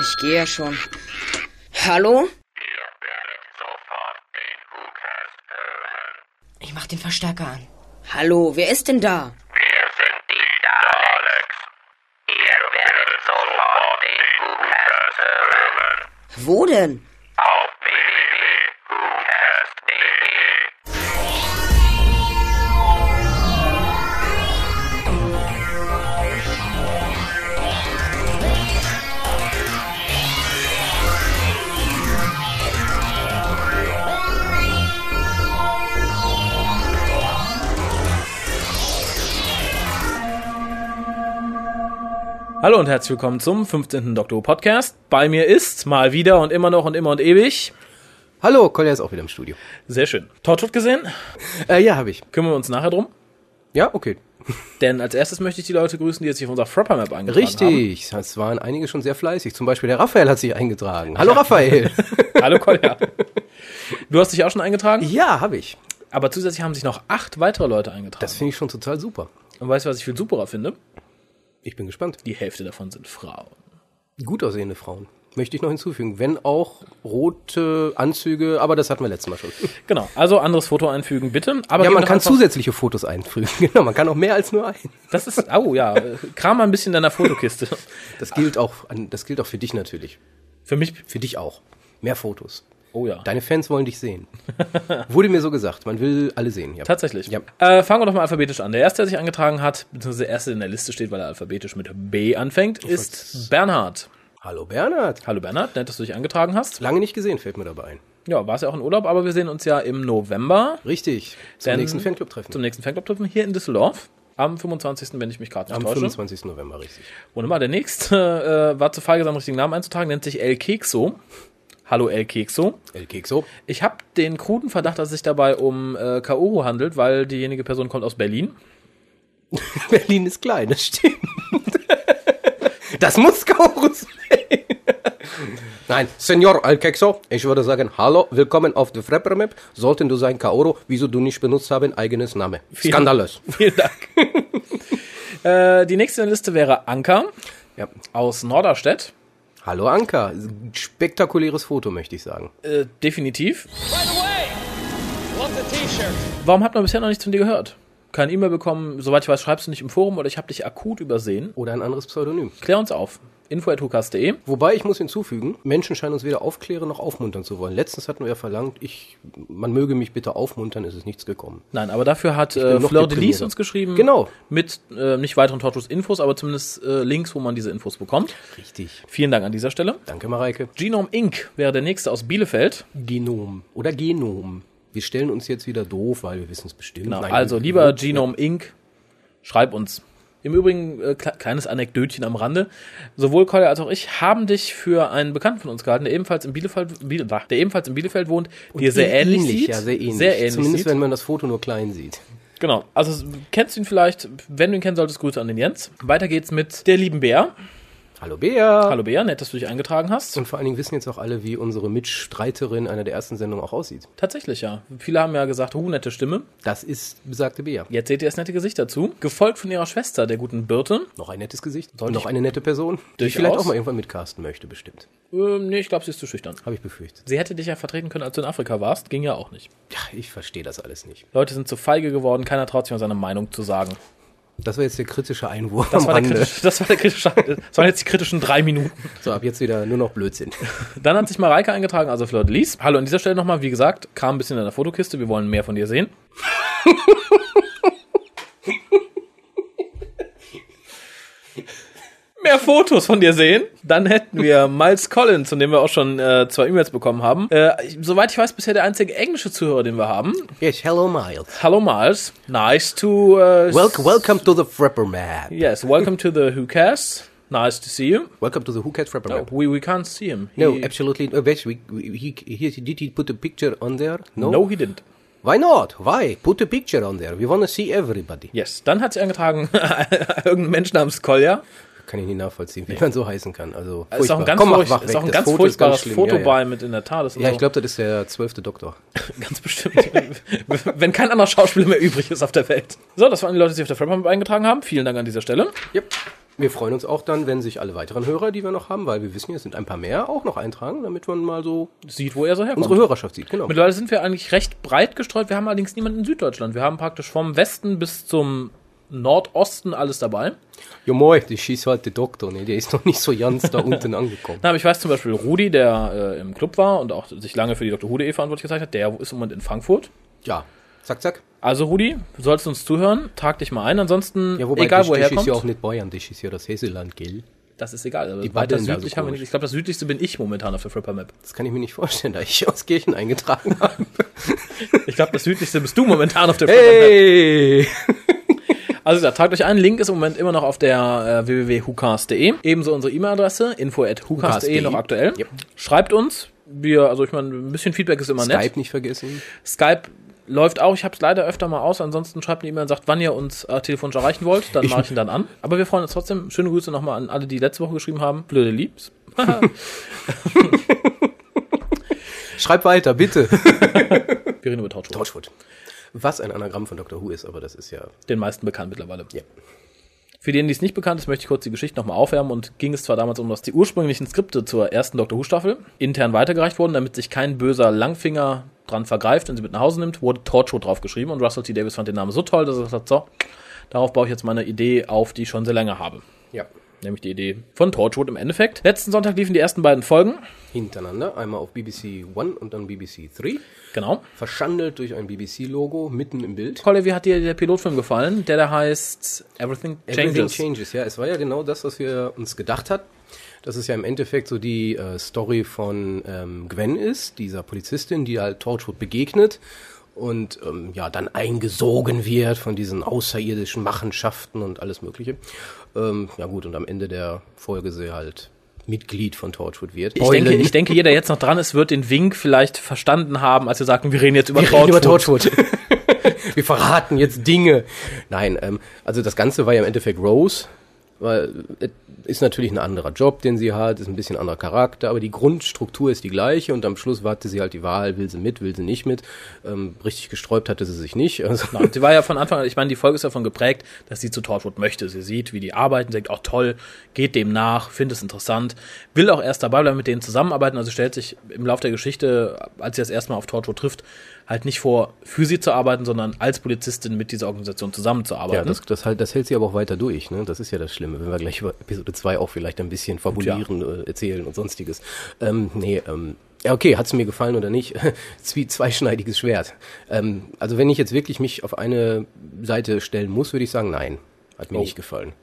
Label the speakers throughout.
Speaker 1: Ich gehe ja schon. Hallo?
Speaker 2: Ich mach den Verstärker an.
Speaker 1: Hallo, wer ist denn da?
Speaker 3: Wir sind die da, Alex. Ihr werdet sofort den WhoCast hören.
Speaker 1: Wo denn?
Speaker 3: Auf www.whocast.de.
Speaker 4: Hallo und herzlich willkommen zum 15. Doktor Who Podcast. Bei mir ist mal wieder und immer noch und immer und ewig.
Speaker 5: Hallo, Kolja ist auch wieder im Studio.
Speaker 4: Sehr schön. Torchwood gesehen?
Speaker 5: Äh, ja, habe ich.
Speaker 4: Kümmern wir uns nachher drum.
Speaker 5: Ja, okay.
Speaker 4: Denn als erstes möchte ich die Leute grüßen, die jetzt sich auf unser Frapper Map eingetragen haben.
Speaker 5: Richtig, es waren einige schon sehr fleißig. Zum Beispiel der Raphael hat sich eingetragen. Hallo Raphael.
Speaker 4: Hallo Kolja. Du hast dich auch schon eingetragen,
Speaker 5: ja, habe ich.
Speaker 4: aber zusätzlich haben sich noch acht weitere Leute eingetragen.
Speaker 5: Das finde ich schon total super.
Speaker 4: und weißt du, was ich viel superer finde?
Speaker 5: Ich bin gespannt.
Speaker 4: Die Hälfte davon sind Frauen.
Speaker 5: Gut aussehende Frauen. Möchte ich noch hinzufügen. Wenn auch rote Anzüge, aber das hatten wir letztes Mal schon.
Speaker 4: Genau. Also anderes Foto einfügen, bitte. Aber
Speaker 5: Ja,
Speaker 4: gib
Speaker 5: man
Speaker 4: doch
Speaker 5: kann
Speaker 4: einfach-
Speaker 5: zusätzliche Fotos einfügen. Genau, man kann auch mehr als nur ein.
Speaker 4: Das ist. Oh ja. äh, Kram mal ein bisschen in deiner Fotokiste.
Speaker 5: Das gilt auch, an- das gilt auch für dich natürlich.
Speaker 4: Für mich.
Speaker 5: Für dich auch. Mehr Fotos.
Speaker 4: Oh ja.
Speaker 5: Deine Fans wollen dich sehen. Wurde mir so gesagt. Man will alle sehen. Ja.
Speaker 4: Tatsächlich.
Speaker 5: Ja.
Speaker 4: Äh, fangen wir doch mal alphabetisch an. Der erste, der sich angetragen hat, beziehungsweise der erste, der in der Liste steht, weil er alphabetisch mit B anfängt, ist Bernhard.
Speaker 5: Hallo Bernhard.
Speaker 4: Hallo Bernhard, nett, dass du dich angetragen hast.
Speaker 5: Lange nicht gesehen, fällt mir dabei ein.
Speaker 4: Ja, warst ja auch in Urlaub, aber wir sehen uns ja im November
Speaker 5: Richtig. Zum
Speaker 4: Dann-
Speaker 5: nächsten Fanclub-Treffen.
Speaker 4: zum nächsten Fanclub-Treffen hier in Düsseldorf. Am 25., wenn ich mich gerade nicht
Speaker 5: Am
Speaker 4: täusche.
Speaker 5: 25. November, richtig.
Speaker 4: Ohne mal, der nächste äh, war zu feige, seinen richtigen Namen einzutragen, nennt sich El Kekso. Hallo El Kekso.
Speaker 5: El Kekso.
Speaker 4: Ich habe den kruden Verdacht, dass es sich dabei um äh, Kaoru handelt, weil diejenige Person kommt aus Berlin.
Speaker 5: Berlin ist klein, das stimmt. Das muss Kauru sein. Nein, Senor El Kekso, ich würde sagen, hallo, willkommen auf der Frapper Map. Sollten du sein Kaoru, wieso du nicht benutzt haben, eigenes Name. Skandalös.
Speaker 4: Vielen Dank. äh, die nächste in der Liste wäre Anker
Speaker 5: Ja.
Speaker 4: aus Norderstedt.
Speaker 5: Hallo Anka, spektakuläres Foto, möchte ich sagen.
Speaker 4: Äh, definitiv.
Speaker 6: By the way, love the t-shirt.
Speaker 4: Warum hat man bisher noch nichts von dir gehört? Keine E-Mail bekommen, soweit ich weiß, schreibst du nicht im Forum oder ich habe dich akut übersehen.
Speaker 5: Oder ein anderes Pseudonym.
Speaker 4: Klär uns auf. info.hukas.de.
Speaker 5: Wobei ich muss hinzufügen, Menschen scheinen uns weder aufklären noch aufmuntern zu wollen. Letztens hatten wir ja verlangt, ich, man möge mich bitte aufmuntern, es ist nichts gekommen.
Speaker 4: Nein, aber dafür hat äh,
Speaker 5: bin noch
Speaker 4: Fleur de Lis
Speaker 5: deprimierter.
Speaker 4: uns geschrieben.
Speaker 5: Genau.
Speaker 4: Mit äh, nicht weiteren Tortus-Infos, aber zumindest äh, Links, wo man diese Infos bekommt.
Speaker 5: Richtig.
Speaker 4: Vielen Dank an dieser Stelle.
Speaker 5: Danke, Mareike.
Speaker 4: Genome Inc. wäre der nächste aus Bielefeld.
Speaker 5: Genom oder Genom. Wir stellen uns jetzt wieder doof, weil wir wissen es bestimmt.
Speaker 4: Genau,
Speaker 5: Nein,
Speaker 4: also
Speaker 5: wir-
Speaker 4: lieber Genome Inc., schreib uns. Im Übrigen, äh, kle- kleines Anekdötchen am Rande. Sowohl Kolja als auch ich haben dich für einen Bekannten von uns gehalten, der ebenfalls in Bielefeld, Biele, der ebenfalls in Bielefeld wohnt, dir sehr ähnlich, sieht.
Speaker 5: Ja, sehr ähnlich.
Speaker 4: Sehr ähnlich
Speaker 5: Zumindest
Speaker 4: sieht.
Speaker 5: wenn man das Foto nur klein sieht.
Speaker 4: Genau. Also s- kennst du ihn vielleicht, wenn du ihn kennen solltest, Grüße an den Jens. Weiter geht's mit der lieben Bea.
Speaker 5: Hallo Bea.
Speaker 4: Hallo Bea, nett, dass du dich eingetragen hast.
Speaker 5: Und vor allen Dingen wissen jetzt auch alle, wie unsere Mitstreiterin einer der ersten Sendungen auch aussieht.
Speaker 4: Tatsächlich, ja. Viele haben ja gesagt, oh, nette Stimme.
Speaker 5: Das ist besagte Bea.
Speaker 4: Jetzt seht ihr das nette Gesicht dazu. Gefolgt von ihrer Schwester, der guten Birte.
Speaker 5: Noch ein nettes Gesicht. noch eine nette Person. Die
Speaker 4: Durchaus.
Speaker 5: ich vielleicht auch mal irgendwann mitcasten möchte, bestimmt.
Speaker 4: Ähm, nee, ich glaube, sie ist zu schüchtern.
Speaker 5: Habe ich befürchtet.
Speaker 4: Sie hätte dich ja vertreten können, als du in Afrika warst. Ging ja auch nicht.
Speaker 5: Ja, ich verstehe das alles nicht.
Speaker 4: Leute sind zu feige geworden. Keiner traut sich mal seine Meinung zu sagen.
Speaker 5: Das war jetzt der kritische Einwurf
Speaker 4: Das,
Speaker 5: am
Speaker 4: war der,
Speaker 5: Rande.
Speaker 4: kritische, das, war der kritische, das waren jetzt die kritischen drei Minuten.
Speaker 5: So, ab jetzt wieder nur noch Blödsinn.
Speaker 4: Dann hat sich Mareike eingetragen, also Fleur de Lis. Hallo an dieser Stelle nochmal. Wie gesagt, kam ein bisschen in der Fotokiste. Wir wollen mehr von dir sehen. Mehr Fotos von dir sehen. Dann hätten wir Miles Collins, von dem wir auch schon äh, zwei E-Mails bekommen haben. Äh, ich- soweit ich weiß, bisher der einzige englische Zuhörer, den wir haben.
Speaker 5: Yes, hello Miles.
Speaker 4: Hello, Miles. Nice to. Uh,
Speaker 5: Welcome, welcome to the Frapper Map.
Speaker 4: Yes, welcome to the WhoCast. Nice to see you.
Speaker 5: Welcome to the Who Cat Frapper
Speaker 4: Oh,
Speaker 5: Map.
Speaker 4: we, we can't see him. He-
Speaker 5: No, absolutely. Uh, wait, we, we, he, he, did he put a picture on there? No.
Speaker 4: No, he didn't.
Speaker 5: Why not? Why? Put a picture on there. We want to see everybody.
Speaker 4: Yes. Dann hat sie angetragen, irgendein Mensch namens Kolja.
Speaker 5: Kann ich nicht nachvollziehen, wie man so heißen kann. Also,
Speaker 4: Ist auch ein
Speaker 5: furchtbar.
Speaker 4: ganz,
Speaker 5: Komm, mach,
Speaker 4: furcht-
Speaker 5: mach
Speaker 4: ist
Speaker 5: weg.
Speaker 4: auch ein
Speaker 5: Das
Speaker 4: ganz
Speaker 5: Foto ist
Speaker 4: furchtbares
Speaker 5: schlimm.
Speaker 4: Foto
Speaker 5: Ja,
Speaker 4: bei
Speaker 5: ja.
Speaker 4: mit in der Tat. ist und
Speaker 5: ja
Speaker 4: so.
Speaker 5: ich glaube, das ist der zwölfte Doktor.
Speaker 4: Ganz bestimmt. Wenn kein anderer Schauspieler mehr übrig ist auf der Welt. So, das waren die Leute, die sich auf der Fremdmap eingetragen haben. Vielen Dank an dieser Stelle.
Speaker 5: Yep. Wir freuen uns auch dann, wenn sich alle weiteren Hörer, die wir noch haben, weil wir wissen, es sind ein paar mehr, auch noch eintragen, damit man mal so
Speaker 4: Sieht, wo er so herkommt.
Speaker 5: unsere Hörerschaft sieht. Genau.
Speaker 4: Mittlerweile sind wir eigentlich recht breit gestreut. Wir haben allerdings niemanden in Süddeutschland. Wir haben praktisch vom Westen bis zum Nordosten alles dabei.
Speaker 5: Jo moi, die schießt halt der Doktor, ne? Der ist noch nicht so ganz da unten angekommen.
Speaker 4: Na, aber ich weiß zum Beispiel Rudi, der äh, im Club war und auch sich lange für die Dr. Hude e verantwortlich gezeigt hat, der ist im Moment in Frankfurt.
Speaker 5: Ja, zack, zack.
Speaker 4: Also Rudi, du sollst uns zuhören, trag dich mal ein. Ansonsten,
Speaker 5: Ja, wobei
Speaker 4: egal
Speaker 5: das,
Speaker 4: wo er
Speaker 5: das ist ja auch
Speaker 4: kommt,
Speaker 5: nicht Bayern, das ist ja das Hesseland, gell?
Speaker 4: das ist egal. Aber
Speaker 5: Die
Speaker 4: weiter
Speaker 5: Baden da so
Speaker 4: südlich haben wir
Speaker 5: komisch.
Speaker 4: nicht. Ich glaube, das südlichste bin ich momentan auf der Fripper Map.
Speaker 5: Das kann ich mir nicht vorstellen, da ich aus Kirchen eingetragen habe.
Speaker 4: Ich glaube, das südlichste bist du momentan auf der Fripper Map.
Speaker 5: Hey!
Speaker 4: Also da tragt euch ein. Link ist im Moment immer noch auf der äh, www.hucast.de. Ebenso unsere E-Mail-Adresse info@hucast.de
Speaker 5: hucast.de.
Speaker 4: noch aktuell.
Speaker 5: Yep.
Speaker 4: Schreibt uns. Wir, also ich meine, ein bisschen Feedback ist immer nett.
Speaker 5: Skype nicht vergessen.
Speaker 4: Skype läuft auch. Ich habe es leider öfter mal aus. Ansonsten schreibt eine E-Mail und sagt, wann ihr uns äh, telefonisch erreichen wollt. Dann mache ich ihn dann an. Aber wir freuen uns trotzdem. Schöne Grüße nochmal an alle, die letzte Woche geschrieben haben. Blöde Liebs.
Speaker 5: Schreib weiter, bitte.
Speaker 4: Wir reden über Tauschspruch.
Speaker 5: Torchwood. Was ein Anagramm von Dr. Who ist, aber das ist ja.
Speaker 4: Den meisten bekannt mittlerweile.
Speaker 5: Ja.
Speaker 4: Für denen, die es nicht bekannt ist, möchte ich kurz die Geschichte nochmal aufwärmen und ging es zwar damals um, dass die ursprünglichen Skripte zur ersten Doctor Who-Staffel intern weitergereicht wurden, damit sich kein böser Langfinger dran vergreift und sie mit nach Hause nimmt, wurde Torchwood draufgeschrieben und Russell T. Davis fand den Namen so toll, dass er gesagt hat, so, darauf baue ich jetzt meine Idee auf, die ich schon sehr lange habe.
Speaker 5: Ja.
Speaker 4: Nämlich die Idee von Torchwood im Endeffekt. Letzten Sonntag liefen die ersten beiden Folgen.
Speaker 5: Hintereinander, einmal auf BBC One und dann BBC Three.
Speaker 4: Genau.
Speaker 5: Verschandelt durch ein BBC-Logo mitten im Bild.
Speaker 4: Colin, wie hat dir der Pilotfilm gefallen? Der da heißt Everything Changes.
Speaker 5: Everything changes, ja. Es war ja genau das, was wir uns gedacht hatten. Dass es ja im Endeffekt so die äh, Story von ähm, Gwen ist, dieser Polizistin, die halt Torchwood begegnet und ähm, ja dann eingesogen wird von diesen außerirdischen Machenschaften und alles Mögliche. Ähm, ja gut, und am Ende der Folge sie halt Mitglied von Torchwood wird.
Speaker 4: Ich denke, ich denke, jeder der jetzt noch dran ist, wird den Wink vielleicht verstanden haben, als wir sagten, wir reden jetzt über
Speaker 5: Wir reden
Speaker 4: Torchwood.
Speaker 5: über Torchwood. wir verraten jetzt Dinge. Nein, ähm, also das Ganze war ja im Endeffekt Rose, weil äh, ist natürlich ein anderer Job, den sie hat, ist ein bisschen anderer Charakter, aber die Grundstruktur ist die gleiche und am Schluss hatte sie halt die Wahl, will sie mit, will sie nicht mit. Ähm, richtig gesträubt hatte sie sich nicht. Also,
Speaker 4: Nein, sie war ja von Anfang an, ich meine, die Folge ist davon geprägt, dass sie zu Torchwood möchte. Sie sieht, wie die arbeiten, denkt, oh toll, geht dem nach, findet es interessant, will auch erst dabei bleiben, mit denen zusammenarbeiten. Also stellt sich im Laufe der Geschichte, als sie das erste Mal auf Torchwood trifft, halt nicht vor, für sie zu arbeiten, sondern als Polizistin mit dieser Organisation
Speaker 5: ja,
Speaker 4: zusammenzuarbeiten.
Speaker 5: das, das, halt, das hält sie aber auch weiter durch, ne? Das ist ja das Schlimme, wenn wir gleich über Episode 2 auch vielleicht ein bisschen fabulieren, äh, erzählen und sonstiges. Ähm, nee, ähm, ja, okay, hat's mir gefallen oder nicht? Zwie zweischneidiges Schwert. Ähm, also wenn ich jetzt wirklich mich auf eine Seite stellen muss, würde ich sagen, nein. Hat mir nicht gefallen.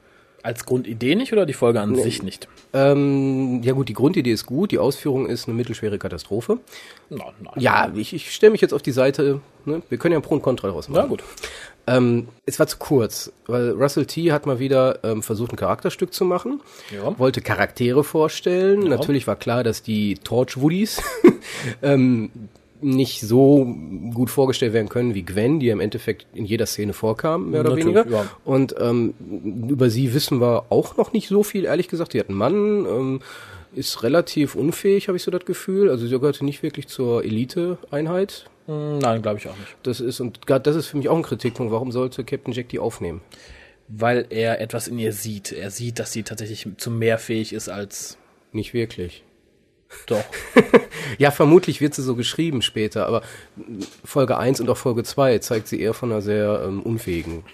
Speaker 4: als Grundidee nicht oder die Folge an sich nicht?
Speaker 5: Ähm, ja gut, die Grundidee ist gut, die Ausführung ist eine mittelschwere Katastrophe.
Speaker 4: Nein, nein.
Speaker 5: Ja, ich, ich stelle mich jetzt auf die Seite, ne? wir können ja Pro und Contra draus machen.
Speaker 4: Na gut.
Speaker 5: Ähm, es war zu kurz, weil Russell T. hat mal wieder ähm, versucht, ein Charakterstück zu machen.
Speaker 4: Ja.
Speaker 5: Wollte Charaktere vorstellen. Natürlich war klar, dass die Torchwoodies ähm, nicht so gut vorgestellt werden können wie Gwen, die ja im Endeffekt in jeder Szene vorkam, mehr oder
Speaker 4: Natürlich,
Speaker 5: weniger.
Speaker 4: ja.
Speaker 5: Und ähm, über sie wissen wir auch noch nicht so viel, ehrlich gesagt. Die hat einen Mann, ähm, ist relativ unfähig, habe ich so das Gefühl. Also sie gehörte nicht wirklich zur Elite-Einheit.
Speaker 4: Nein, glaube ich auch nicht.
Speaker 5: Das ist, und gerade das ist für mich auch ein Kritikpunkt. Warum sollte Captain Jack die aufnehmen?
Speaker 4: Weil er etwas in ihr sieht. Er sieht, dass sie tatsächlich zu mehr fähig ist als
Speaker 5: Nicht wirklich.
Speaker 4: doch.
Speaker 5: Ja, vermutlich wird sie so geschrieben später, aber Folge 1 und auch Folge 2 zeigt sie eher von einer sehr ähm, unfähigen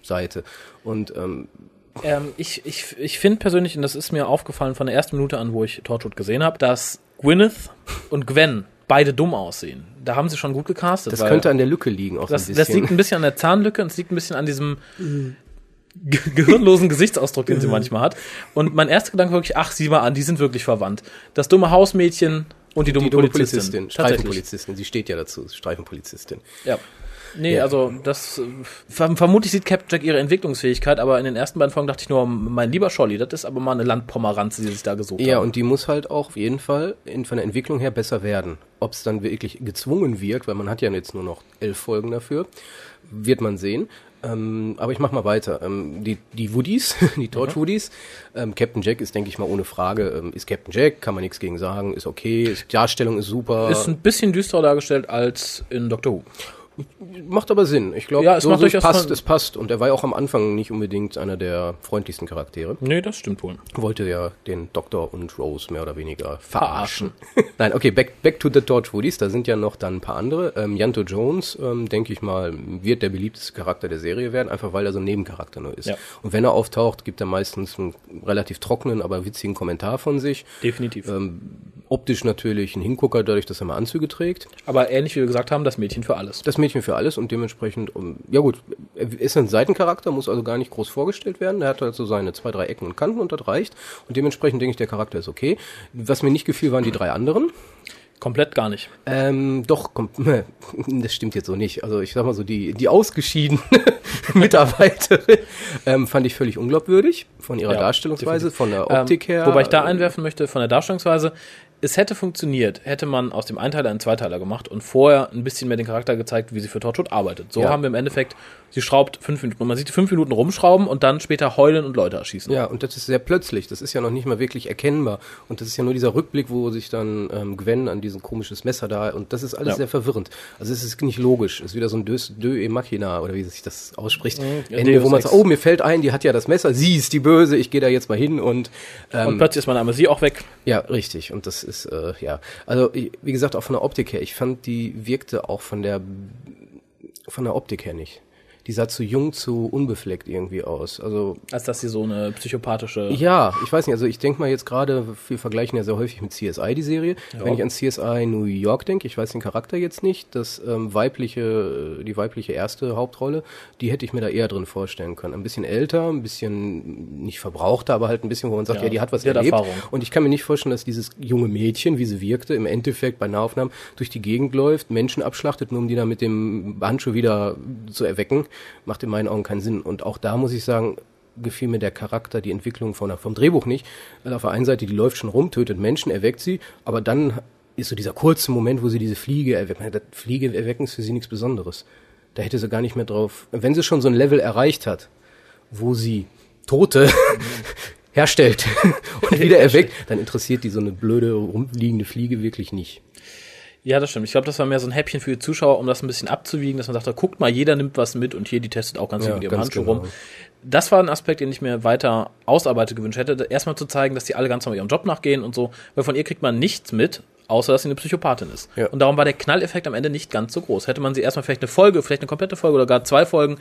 Speaker 5: Seite. Und ähm,
Speaker 4: ähm, ich ich, ich finde persönlich, und das ist mir aufgefallen von der ersten Minute an, wo ich Torchwood gesehen habe, dass Gwyneth und Gwen beide dumm aussehen. Da haben sie schon gut gecastet.
Speaker 5: das
Speaker 4: weil-
Speaker 5: könnte an der Lücke liegen, auch
Speaker 4: das,
Speaker 5: so ein
Speaker 4: das
Speaker 5: bisschen. Mhm.
Speaker 4: liegt ein bisschen an der Zahnlücke und es liegt ein bisschen an diesem ge gehirnlosen Gesichtsausdruck, den sie manchmal hat. Und mein erster Gedanke war wirklich, ach, sieh mal an, die sind wirklich verwandt. Das dumme Hausmädchen und die dumme,
Speaker 5: die dumme
Speaker 4: Polizistin.
Speaker 5: Polizistin,
Speaker 4: Tatsächlich.
Speaker 5: Streifenpolizistin, sie steht ja dazu, Streifenpolizistin.
Speaker 4: Ja. Nee,
Speaker 5: Ja.
Speaker 4: also das äh, ver vermutlich sieht Captain Jack ihre Entwicklungsfähigkeit, aber in den ersten beiden Folgen dachte ich nur, mein lieber Scholli, das ist aber mal eine Landpomeranze, die sich da gesucht
Speaker 5: Ja,
Speaker 4: haben.
Speaker 5: und die muss halt auch auf jeden Fall in, von der Entwicklung her besser werden. Ob es dann wirklich gezwungen wirkt, weil man hat ja jetzt nur noch elf Folgen dafür, wird man sehen. Ähm, aber ich mach mal weiter. Ähm, die, die Woodies, die
Speaker 4: Mhm.
Speaker 5: Torch Woodies, ähm, Captain Jack ist, denke ich mal, ohne Frage, ähm, ist Captain Jack, kann man nichts gegen sagen, ist okay, ist, Darstellung ist super.
Speaker 4: ist ein bisschen düsterer dargestellt als in Doctor Who.
Speaker 5: Macht aber Sinn. Ich glaube,
Speaker 4: Ja, es
Speaker 5: so,
Speaker 4: macht
Speaker 5: so es
Speaker 4: durchaus
Speaker 5: passt,
Speaker 4: Sinn.
Speaker 5: es passt. Und er war ja auch am Anfang nicht unbedingt einer der freundlichsten Charaktere.
Speaker 4: Nee, das stimmt wohl.
Speaker 5: Wollte ja den Doktor und Rose mehr oder weniger verarschen. Nein, okay, back, back to the Torchwoodies. Da sind ja noch dann ein paar andere. Ähm, Janto Jones, ähm, denke ich mal, wird der beliebteste Charakter der Serie werden, einfach weil er so ein Nebencharakter nur ist.
Speaker 4: Ja.
Speaker 5: Und wenn er auftaucht, gibt er meistens einen relativ trockenen, aber witzigen Kommentar von sich.
Speaker 4: Definitiv.
Speaker 5: Ähm. Optisch natürlich ein Hingucker, dadurch, dass er mal Anzüge trägt.
Speaker 4: Aber ähnlich wie wir gesagt haben, das Mädchen für alles.
Speaker 5: Das Mädchen für alles und dementsprechend, um, ja gut, er ist ein Seitencharakter, muss also gar nicht groß vorgestellt werden. Er hat halt so seine zwei, drei Ecken und Kanten und das reicht. Und dementsprechend denke ich, der Charakter ist okay. Was mir nicht gefiel, waren die drei anderen.
Speaker 4: Komplett gar nicht.
Speaker 5: Ähm, doch, kommt, ne, das stimmt jetzt so nicht. Also ich sag mal so, die, die ausgeschiedene Mitarbeiterin ähm, fand ich völlig unglaubwürdig von ihrer
Speaker 4: Ja,
Speaker 5: Darstellungsweise,
Speaker 4: definitiv.
Speaker 5: von der Optik
Speaker 4: ähm,
Speaker 5: her.
Speaker 4: Wobei ich da
Speaker 5: äh,
Speaker 4: einwerfen möchte, von der Darstellungsweise, es hätte funktioniert, hätte man aus dem Einteiler einen Zweiteiler gemacht und vorher ein bisschen mehr den Charakter gezeigt, wie sie für Torchwood arbeitet. So
Speaker 5: Ja.
Speaker 4: haben wir im Endeffekt, sie schraubt fünf Minuten. Und man sieht die fünf Minuten rumschrauben und dann später heulen und Leute erschießen.
Speaker 5: Ja, und das ist sehr plötzlich. Das ist ja noch nicht mal wirklich erkennbar. Und das ist ja nur dieser Rückblick, wo sich dann ähm, Gwen an diesem komisches Messer da und das ist alles
Speaker 4: Ja.
Speaker 5: sehr verwirrend. Also es ist nicht logisch. Es ist wieder so ein Deus, Deux e Machina oder wie sich das ausspricht.
Speaker 4: Mhm. ja,
Speaker 5: Ende,
Speaker 4: Deus
Speaker 5: wo man
Speaker 4: Ex.
Speaker 5: sagt, oh, mir fällt ein, die hat ja das Messer, sie ist die Böse, ich gehe da jetzt mal hin und ähm,
Speaker 4: Und plötzlich ist man aber sie auch weg.
Speaker 5: ja, richtig. Und das ist, äh, ja. Also, i- wie gesagt, auch von der Optik her. Ich fand, die wirkte auch von der, von der Optik her nicht. Die sah zu jung, zu unbefleckt irgendwie aus. Also,
Speaker 4: als dass sie so eine psychopathische.
Speaker 5: ja, ich weiß nicht. Also, ich denke mal jetzt gerade, wir vergleichen ja sehr häufig mit CSI, die Serie. Wenn ich an CSI New York denke, ich weiß den Charakter jetzt nicht, das ähm, weibliche, äh, die weibliche erste Hauptrolle, die hätte ich mir da eher drin vorstellen können. Ein bisschen älter, ein bisschen nicht verbrauchter, aber halt ein bisschen, wo man sagt, ja,
Speaker 4: Ja,
Speaker 5: die hat was
Speaker 4: die hat
Speaker 5: erlebt.
Speaker 4: Erfahrung.
Speaker 5: Und ich kann mir nicht vorstellen, dass dieses junge Mädchen, wie sie wirkte, im Endeffekt bei Nahaufnahmen durch die Gegend läuft, Menschen abschlachtet, nur um die dann mit dem Handschuh wieder zu erwecken, macht in meinen Augen keinen Sinn. Und auch da muss ich sagen, gefiel mir der Charakter, die Entwicklung von, vom Drehbuch nicht. Weil auf der einen Seite, die läuft schon rum, tötet Menschen, erweckt sie, aber dann ist so dieser kurze Moment, wo sie diese Fliege erweckt. Ich meine, das Fliege erwecken ist für sie nichts Besonderes. Da hätte sie gar nicht mehr drauf. Wenn sie schon so ein Level erreicht hat, wo sie Tote herstellt und wieder erweckt, dann interessiert die so eine blöde rumliegende Fliege wirklich nicht.
Speaker 4: Ja, das stimmt. Ich glaube, das war mehr so ein Häppchen für die Zuschauer, um das ein bisschen abzuwiegen, dass man sagte, guckt mal, jeder nimmt was mit und hier, die testet auch ganz viel
Speaker 5: Ja,
Speaker 4: mit ihrem
Speaker 5: ganz
Speaker 4: Handschuh
Speaker 5: genau.
Speaker 4: rum. Das war ein Aspekt, den ich mir weiter ausarbeite gewünscht hätte. Erstmal zu zeigen, dass die alle ganz normal ihrem Job nachgehen und so, weil von ihr kriegt man nichts mit, außer dass sie eine Psychopathin ist.
Speaker 5: Ja.
Speaker 4: Und darum war der Knalleffekt am Ende nicht ganz so groß. Hätte man sie erstmal vielleicht eine Folge, vielleicht eine komplette Folge oder gar zwei Folgen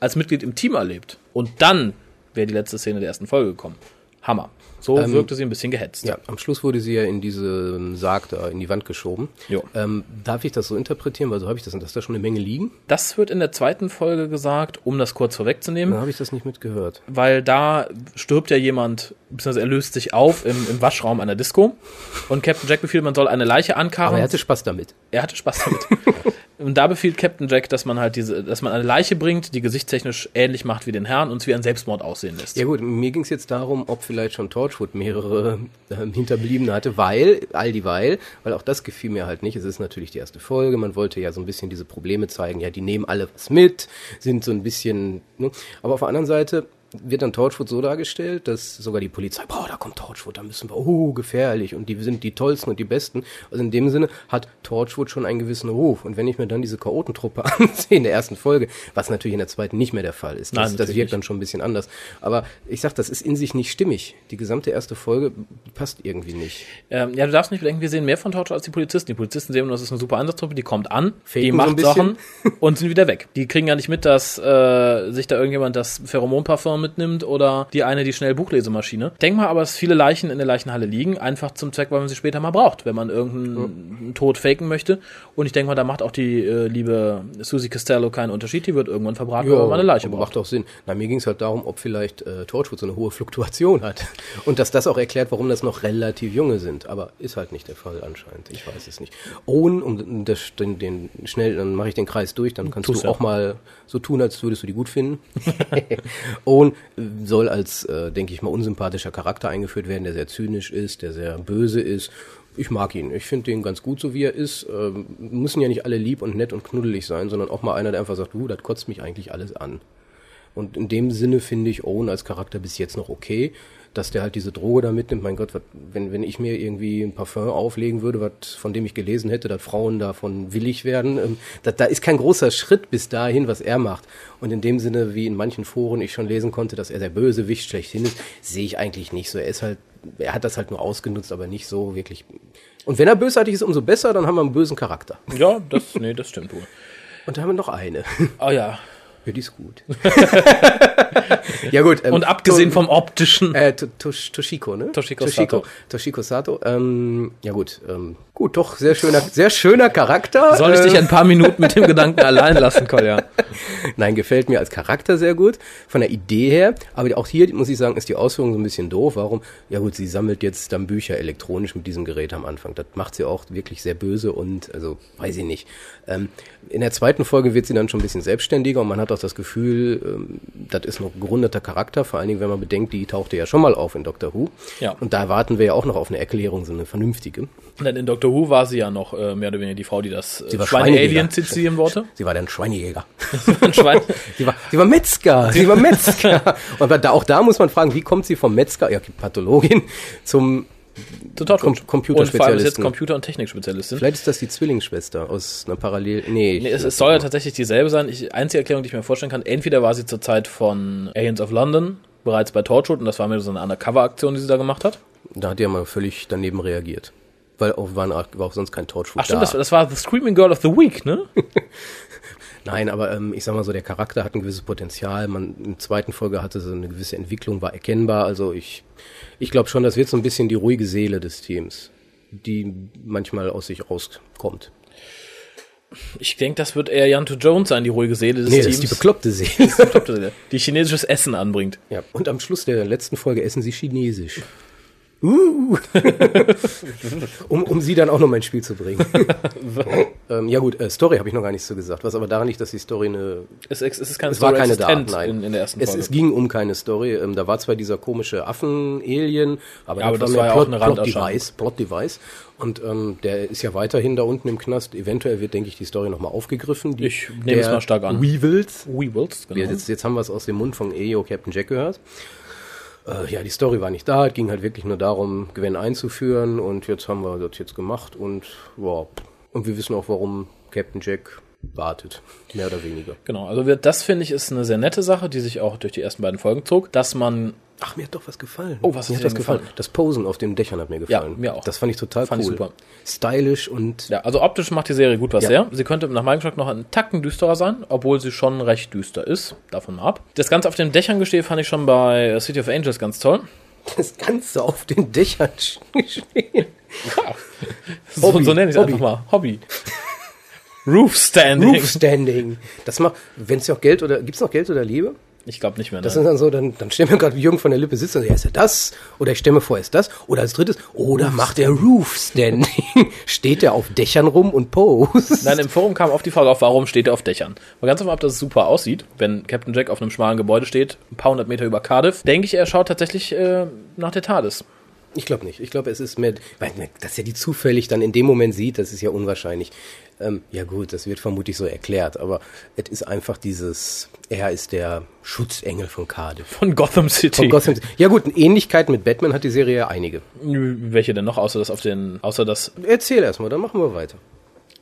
Speaker 4: als Mitglied im Team erlebt und dann wäre die letzte Szene der ersten Folge gekommen. Hammer. So wirkte sie ein bisschen gehetzt.
Speaker 5: Ähm, Ja, am Schluss wurde sie ja in diesen Sarg da in die Wand geschoben.
Speaker 4: Jo.
Speaker 5: Ähm, darf ich das so interpretieren? Weil so habe ich das, dass da schon eine Menge liegen.
Speaker 4: Das wird in der zweiten Folge gesagt, um das kurz vorwegzunehmen.
Speaker 5: Da habe ich das nicht mitgehört.
Speaker 4: weil da stirbt ja jemand, beziehungsweise er löst sich auf im, im Waschraum einer Disco und Captain Jack befiehlt, man soll eine Leiche ankarren.
Speaker 5: Aber er hatte Spaß damit.
Speaker 4: er hatte Spaß damit. und da befiehlt Captain Jack, dass man halt diese, dass man eine Leiche bringt, die gesichtstechnisch ähnlich macht wie den Herrn und es wie ein Selbstmord aussehen lässt.
Speaker 5: Ja gut, mir ging es jetzt darum, ob vielleicht schon Torchwood mehrere ähm, Hinterbliebene hatte, weil, all die weil, weil auch das gefiel mir halt nicht. Es ist natürlich die erste Folge, man wollte ja so ein bisschen diese Probleme zeigen, ja, die nehmen alle was mit, sind so ein bisschen, ne? aber auf der anderen Seite wird dann Torchwood so dargestellt, dass sogar die Polizei, boah, da kommt Torchwood, da müssen wir, oh, gefährlich und die sind die tollsten und die besten. Also in dem Sinne hat Torchwood schon einen gewissen Ruf. Und wenn ich mir dann diese Chaotentruppe ansehe in der ersten Folge, was natürlich in der zweiten nicht mehr der Fall ist, das,
Speaker 4: Nein,
Speaker 5: das
Speaker 4: natürlich
Speaker 5: wirkt
Speaker 4: nicht.
Speaker 5: dann dann schon ein bisschen anders. Aber ich sag, das ist in sich nicht stimmig. Die gesamte erste Folge passt irgendwie nicht.
Speaker 4: Ähm, ja, du darfst nicht bedenken, wir sehen mehr von Torture als die Polizisten. Die Polizisten sehen, nur, das ist eine super Einsatztruppe, die kommt an, die
Speaker 5: Faken so ein
Speaker 4: macht
Speaker 5: bisschen.
Speaker 4: Sachen und sind wieder weg. Die kriegen ja nicht mit, dass äh, sich da irgendjemand das Pheromonparfum mitnimmt oder die eine, die schnell Buchlesemaschine. Denk mal aber, dass viele Leichen in der Leichenhalle liegen, einfach zum Zweck, weil man sie später mal braucht, wenn man irgendeinen Tod faken möchte. Und ich denke mal, da macht auch die äh, liebe Susie Costello keinen Unterschied, die wird irgendwann verbraten, weil man eine Leiche braucht.
Speaker 5: macht doch Sinn. Na, mir ging es halt darum, ob vielleicht äh, Torchwood so eine hohe Fluktuation hat. Und dass das auch erklärt, warum das noch relativ junge sind. Aber ist halt nicht der Fall anscheinend. Ich weiß es nicht. Ohne, um das, den, den schnell, dann mache ich den Kreis durch, dann kannst
Speaker 4: Tust
Speaker 5: du
Speaker 4: ja.
Speaker 5: auch mal so tun, als würdest du die gut finden. Owen soll als, äh, denke ich mal, unsympathischer Charakter eingeführt werden, der sehr zynisch ist, der sehr böse ist. Ich mag ihn. Ich finde den ganz gut, so wie er ist. Ähm, müssen ja nicht alle lieb und nett und knuddelig sein, sondern auch mal einer, der einfach sagt, uh, das kotzt mich eigentlich alles an. Und in dem Sinne finde ich Owen als Charakter bis jetzt noch okay. dass der halt diese Droge da mitnimmt. Mein Gott, wat- wenn, wenn ich mir irgendwie ein Parfum auflegen würde, was von dem ich gelesen hätte, dass Frauen davon willig werden, ähm, da, da ist kein großer Schritt bis dahin, was er macht. Und in dem Sinne, wie in manchen Foren ich schon lesen konnte, dass er der Bösewicht schlechthin ist, sehe ich eigentlich nicht so. Er ist halt, er hat das halt nur ausgenutzt, aber nicht so wirklich. Und wenn er bösartig ist, umso besser, dann haben wir einen bösen Charakter.
Speaker 4: Ja, das, nee, das stimmt wohl.
Speaker 5: Und da haben wir noch eine.
Speaker 4: Oh ja.
Speaker 5: Ja, die ist gut. ja, gut. ähm,
Speaker 4: Und abgesehen vom optischen.
Speaker 5: Äh, To- Tosh- Toshiko, ne?
Speaker 4: Toshiko Sato.
Speaker 5: Toshiko Sato. Ähm, ja gut, ähm, gut, doch, sehr schöner, sehr schöner Charakter.
Speaker 4: Soll ich
Speaker 5: äh,
Speaker 4: dich ein paar Minuten mit dem Gedanken allein lassen, Kolja?
Speaker 5: Nein, gefällt mir als Charakter sehr gut, von der Idee her. Aber auch hier, muss ich sagen, ist die Ausführung so ein bisschen doof. Warum? Ja gut, sie sammelt jetzt dann Bücher elektronisch mit diesem Gerät am Anfang. Das macht sie auch wirklich sehr böse und, also, weiß ich nicht. Ähm, in der zweiten Folge wird sie dann schon ein bisschen selbstständiger und man hat auch das Gefühl, ähm, das ist noch ein gerundeter Charakter, vor allen Dingen, wenn man bedenkt, die tauchte ja schon mal auf in Doctor Who.
Speaker 4: Ja.
Speaker 5: Und da warten wir ja auch noch auf eine Erklärung, so eine vernünftige.
Speaker 4: Denn in Doctor Who war sie ja noch äh, mehr oder weniger die Frau, die das äh,
Speaker 5: war
Speaker 4: Schweine-Alien
Speaker 5: Schweinejäger.
Speaker 4: zitieren wollte.
Speaker 5: Sie war dann Schweinejäger.
Speaker 4: Ein Schwein.
Speaker 5: Sie war, sie war Metzger, sie war Metzger. Und da, auch da muss man fragen, wie kommt sie vom Metzger, ja, okay, Pathologin, zum,
Speaker 4: Total
Speaker 5: Com-
Speaker 4: Und vor allem ist jetzt
Speaker 5: Computerspezialisten.
Speaker 4: Computer- und Technikspezialistin.
Speaker 5: vielleicht ist das die Zwillingsschwester aus einer Parallel, nee.
Speaker 4: Nee, es, es soll ja tatsächlich dieselbe sein. Ich, einzige Erklärung, die ich mir vorstellen kann, entweder war sie zur Zeit von Aliens of London bereits bei Torchwood und das war mir so eine Undercover-Aktion, die sie da gemacht hat.
Speaker 5: da hat die ja mal völlig daneben reagiert. Weil auch, waren, auch- war auch sonst kein Torchwood
Speaker 4: Ach stimmt,
Speaker 5: da.
Speaker 4: das, das war The Screaming Girl of the Week, ne?
Speaker 5: Nein, aber ähm, ich sag mal so, der Charakter hat ein gewisses Potenzial. Man, in der zweiten Folge hatte so eine gewisse Entwicklung, war erkennbar. Also ich, ich glaube schon, das wird so ein bisschen die ruhige Seele des Teams, die manchmal aus sich rauskommt.
Speaker 4: Ich denke, das wird eher Jan to Jones sein, die ruhige Seele des
Speaker 5: Nee, das
Speaker 4: Teams.
Speaker 5: ist die bekloppte Seele.
Speaker 4: bekloppte Seele, die chinesisches Essen anbringt.
Speaker 5: Ja, und am Schluss der letzten Folge essen sie Chinesisch. Uh. um, um sie dann auch nochmal ins Spiel zu bringen. ähm, ja gut, äh, Story habe ich noch gar nichts so gesagt. Was aber daran liegt, dass die Story eine...
Speaker 4: Es, es, es ist keine
Speaker 5: Es war keine da,
Speaker 4: existent
Speaker 5: nein.
Speaker 4: in, in der ersten
Speaker 5: es,
Speaker 4: Folge.
Speaker 5: es ging um keine Story. Ähm, da war zwar dieser komische Affen-Alien, aber,
Speaker 4: Ja, aber das
Speaker 5: mehr
Speaker 4: war ja auch eine Randerscheinung.
Speaker 5: Plot-Device. Plot-Device. Und ähm, der ist ja weiterhin da unten im Knast. Eventuell wird, denke ich, die Story nochmal aufgegriffen. Die,
Speaker 4: Ich nehme es
Speaker 5: der
Speaker 4: mal stark an.
Speaker 5: Weevils,
Speaker 4: Weevils,
Speaker 5: ja,
Speaker 4: genau.
Speaker 5: Jetzt, jetzt haben wir es aus dem Mund von EO Captain Jack gehört. Äh, ja, die Story war nicht da. Es ging halt wirklich nur darum, Gwen einzuführen. Und jetzt haben wir das jetzt gemacht. Und, ja. und wir wissen auch, warum Captain Jack wartet. Mehr oder weniger.
Speaker 4: Genau, also wir, das finde ich ist eine sehr nette Sache, die sich auch durch die ersten beiden Folgen zog, dass man
Speaker 5: Ach, mir hat doch was gefallen.
Speaker 4: Oh, was hat
Speaker 5: mir
Speaker 4: dir
Speaker 5: hat das
Speaker 4: denn
Speaker 5: gefallen?
Speaker 4: gefallen?
Speaker 5: Das Posen auf den Dächern hat mir gefallen.
Speaker 4: mir auch.
Speaker 5: Das fand ich total
Speaker 4: Fand ich
Speaker 5: cool.
Speaker 4: super.
Speaker 5: Stylisch und
Speaker 4: Ja, also optisch macht die Serie gut was
Speaker 5: Ja.
Speaker 4: her. Sie könnte nach meinem Geschmack noch einen Tacken düsterer sein, obwohl sie schon recht düster ist. Davon mal ab. Das Ganze auf den Dächern gestehe fand ich schon bei äh, City of Angels ganz toll.
Speaker 5: das Ganze auf den Dächern stehen.
Speaker 4: So,
Speaker 5: Hobby,
Speaker 4: so nenne ich es
Speaker 5: Hobby.
Speaker 4: einfach mal. Hobby. Roof Standing.
Speaker 5: Roof Standing. Das macht, wenn es ja auch Geld oder, gibt's noch Geld oder Liebe?
Speaker 4: Ich glaube nicht mehr.
Speaker 5: Das
Speaker 4: nein.
Speaker 5: ist dann so, dann, dann stell mir gerade Jürgen von der Lippe sitzt und sagt, ja, ist er das? Oder ich stelle mir vor, er ist das? Oder als drittes, oder macht er Roof Standing? Steht er auf Dächern rum und post?
Speaker 4: Nein, im Forum kam oft die Frage auf, warum steht er auf Dächern? Mal ganz davon ab, dass es super aussieht, wenn Captain Jack auf einem schmalen Gebäude steht, ein paar hundert Meter über Cardiff. Denke ich, er schaut tatsächlich äh, nach der TARDIS.
Speaker 5: Ich glaube nicht. Ich glaube, es ist mehr, weil, ne, dass er die zufällig dann in dem Moment sieht, das ist ja unwahrscheinlich. Ähm, ja gut, das wird vermutlich so erklärt, aber es ist einfach dieses, er ist der Schutzengel von Cardiff.
Speaker 4: Von Gotham City.
Speaker 5: Von Gotham City. Ja gut, Ähnlichkeiten mit Batman hat die Serie ja einige.
Speaker 4: Welche denn noch, außer das auf den, außer das,
Speaker 5: Erzähl erstmal, dann machen wir weiter.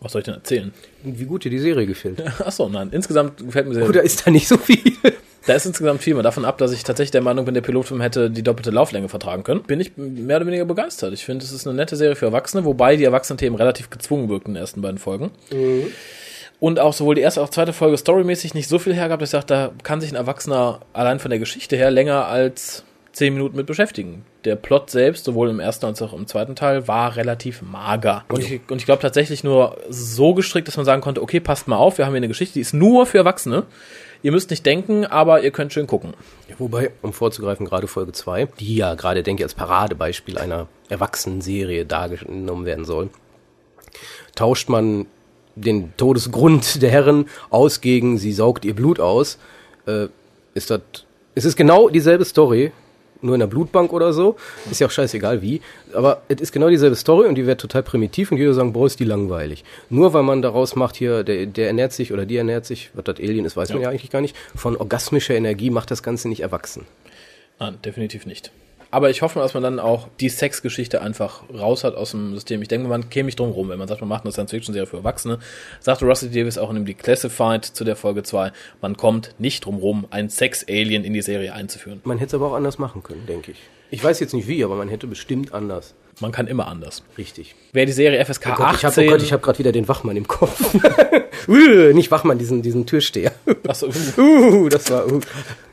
Speaker 4: was soll ich denn erzählen?
Speaker 5: Wie gut dir die Serie gefällt.
Speaker 4: Achso, nein. Insgesamt gefällt mir sehr.
Speaker 5: Oder ist da nicht so viel?
Speaker 4: da ist insgesamt viel mehr davon ab, dass ich tatsächlich der Meinung bin, der Pilotfilm hätte die doppelte Lauflänge vertragen können. Bin ich mehr oder weniger begeistert. Ich finde, es ist eine nette Serie für Erwachsene, wobei die Erwachsenen-Themen relativ gezwungen wirkten in den ersten beiden Folgen. Und auch sowohl die erste als auch zweite Folge storymäßig nicht so viel hergab, dass ich dachte, da kann sich ein Erwachsener allein von der Geschichte her länger als zehn Minuten mit beschäftigen. Der Plot selbst, sowohl im ersten als auch im zweiten Teil, war relativ mager. Und ich, und ich glaube tatsächlich nur so gestrickt, dass man sagen konnte, okay, passt mal auf, wir haben hier eine Geschichte, die ist nur für Erwachsene. Ihr müsst nicht denken, aber ihr könnt schön gucken.
Speaker 5: Wobei, um vorzugreifen, gerade Folge 2, die ja gerade, denke ich, als Paradebeispiel einer Erwachsenenserie dargenommen werden soll, tauscht man den Todesgrund der Herren aus gegen sie saugt ihr Blut aus. Äh, ist das, es ist genau dieselbe Story, nur in der Blutbank oder so. Ist ja auch scheißegal wie. Aber es ist genau dieselbe Story und die wäre total primitiv und jeder würde sagen, boah, ist die langweilig. Nur weil man daraus macht hier, der, der ernährt sich oder die ernährt sich, was das Alien ist, weiß man ja eigentlich gar nicht, von orgasmischer Energie macht das Ganze nicht erwachsen.
Speaker 4: Nein, definitiv nicht. Aber ich hoffe, dass man dann auch die Sexgeschichte einfach raus hat aus dem System. Ich denke, man käme nicht drum rum, wenn man sagt, man macht eine Science-Fiction-Serie für Erwachsene. Sagte Russell Davis auch in dem Declassified zu der Folge 2, man kommt nicht drum rum, ein Sex-Alien in die Serie einzuführen.
Speaker 5: Man hätte es aber auch anders machen können, denke ich. Ich weiß jetzt nicht wie, aber man hätte bestimmt anders.
Speaker 4: Man kann immer anders.
Speaker 5: Richtig.
Speaker 4: Wer die Serie FSK
Speaker 5: Oh Gott, ich habe
Speaker 4: 18...
Speaker 5: oh Gott, ich hab gerade wieder den Wachmann im Kopf. uh, nicht Wachmann, diesen, diesen Türsteher.
Speaker 4: Achso, uh.
Speaker 5: Uh, das war. Uh.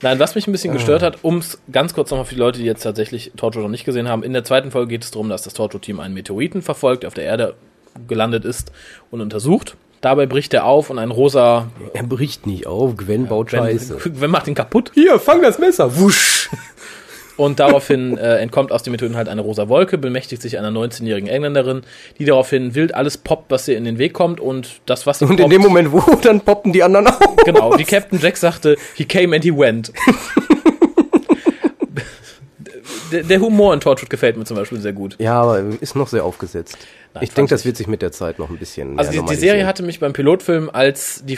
Speaker 4: Nein, was mich ein
Speaker 5: Ah.
Speaker 4: bisschen gestört hat, um es ganz kurz nochmal für die Leute, die jetzt tatsächlich Torture noch nicht gesehen haben, in der zweiten Folge geht es darum, dass das Torture-Team einen Meteoriten verfolgt, der auf der Erde gelandet ist und untersucht. Dabei bricht er auf und ein rosa...
Speaker 5: Er bricht nicht auf, Gwen baut Scheiße.
Speaker 4: Wer macht ihn kaputt?
Speaker 5: Hier, fang das Messer. Wusch.
Speaker 4: Und daraufhin äh, entkommt aus dem Methoden halt eine rosa Wolke, bemächtigt sich einer 19-jährigen Engländerin, die daraufhin wild alles poppt, was ihr in den Weg kommt und das, was sie
Speaker 5: Und in dem Moment, wo, dann poppen die anderen auf.
Speaker 4: Genau, wie Captain Jack sagte, he came and he went. der, der Humor in Torchwood gefällt mir zum Beispiel sehr gut.
Speaker 5: Ja, aber ist noch sehr aufgesetzt. ich
Speaker 4: fand
Speaker 5: denke, das wird sich mit der Zeit noch ein
Speaker 4: Also
Speaker 5: bisschen. mehr
Speaker 4: die, die
Speaker 5: normalisieren.
Speaker 4: Serie hatte mich beim Pilotfilm, als die,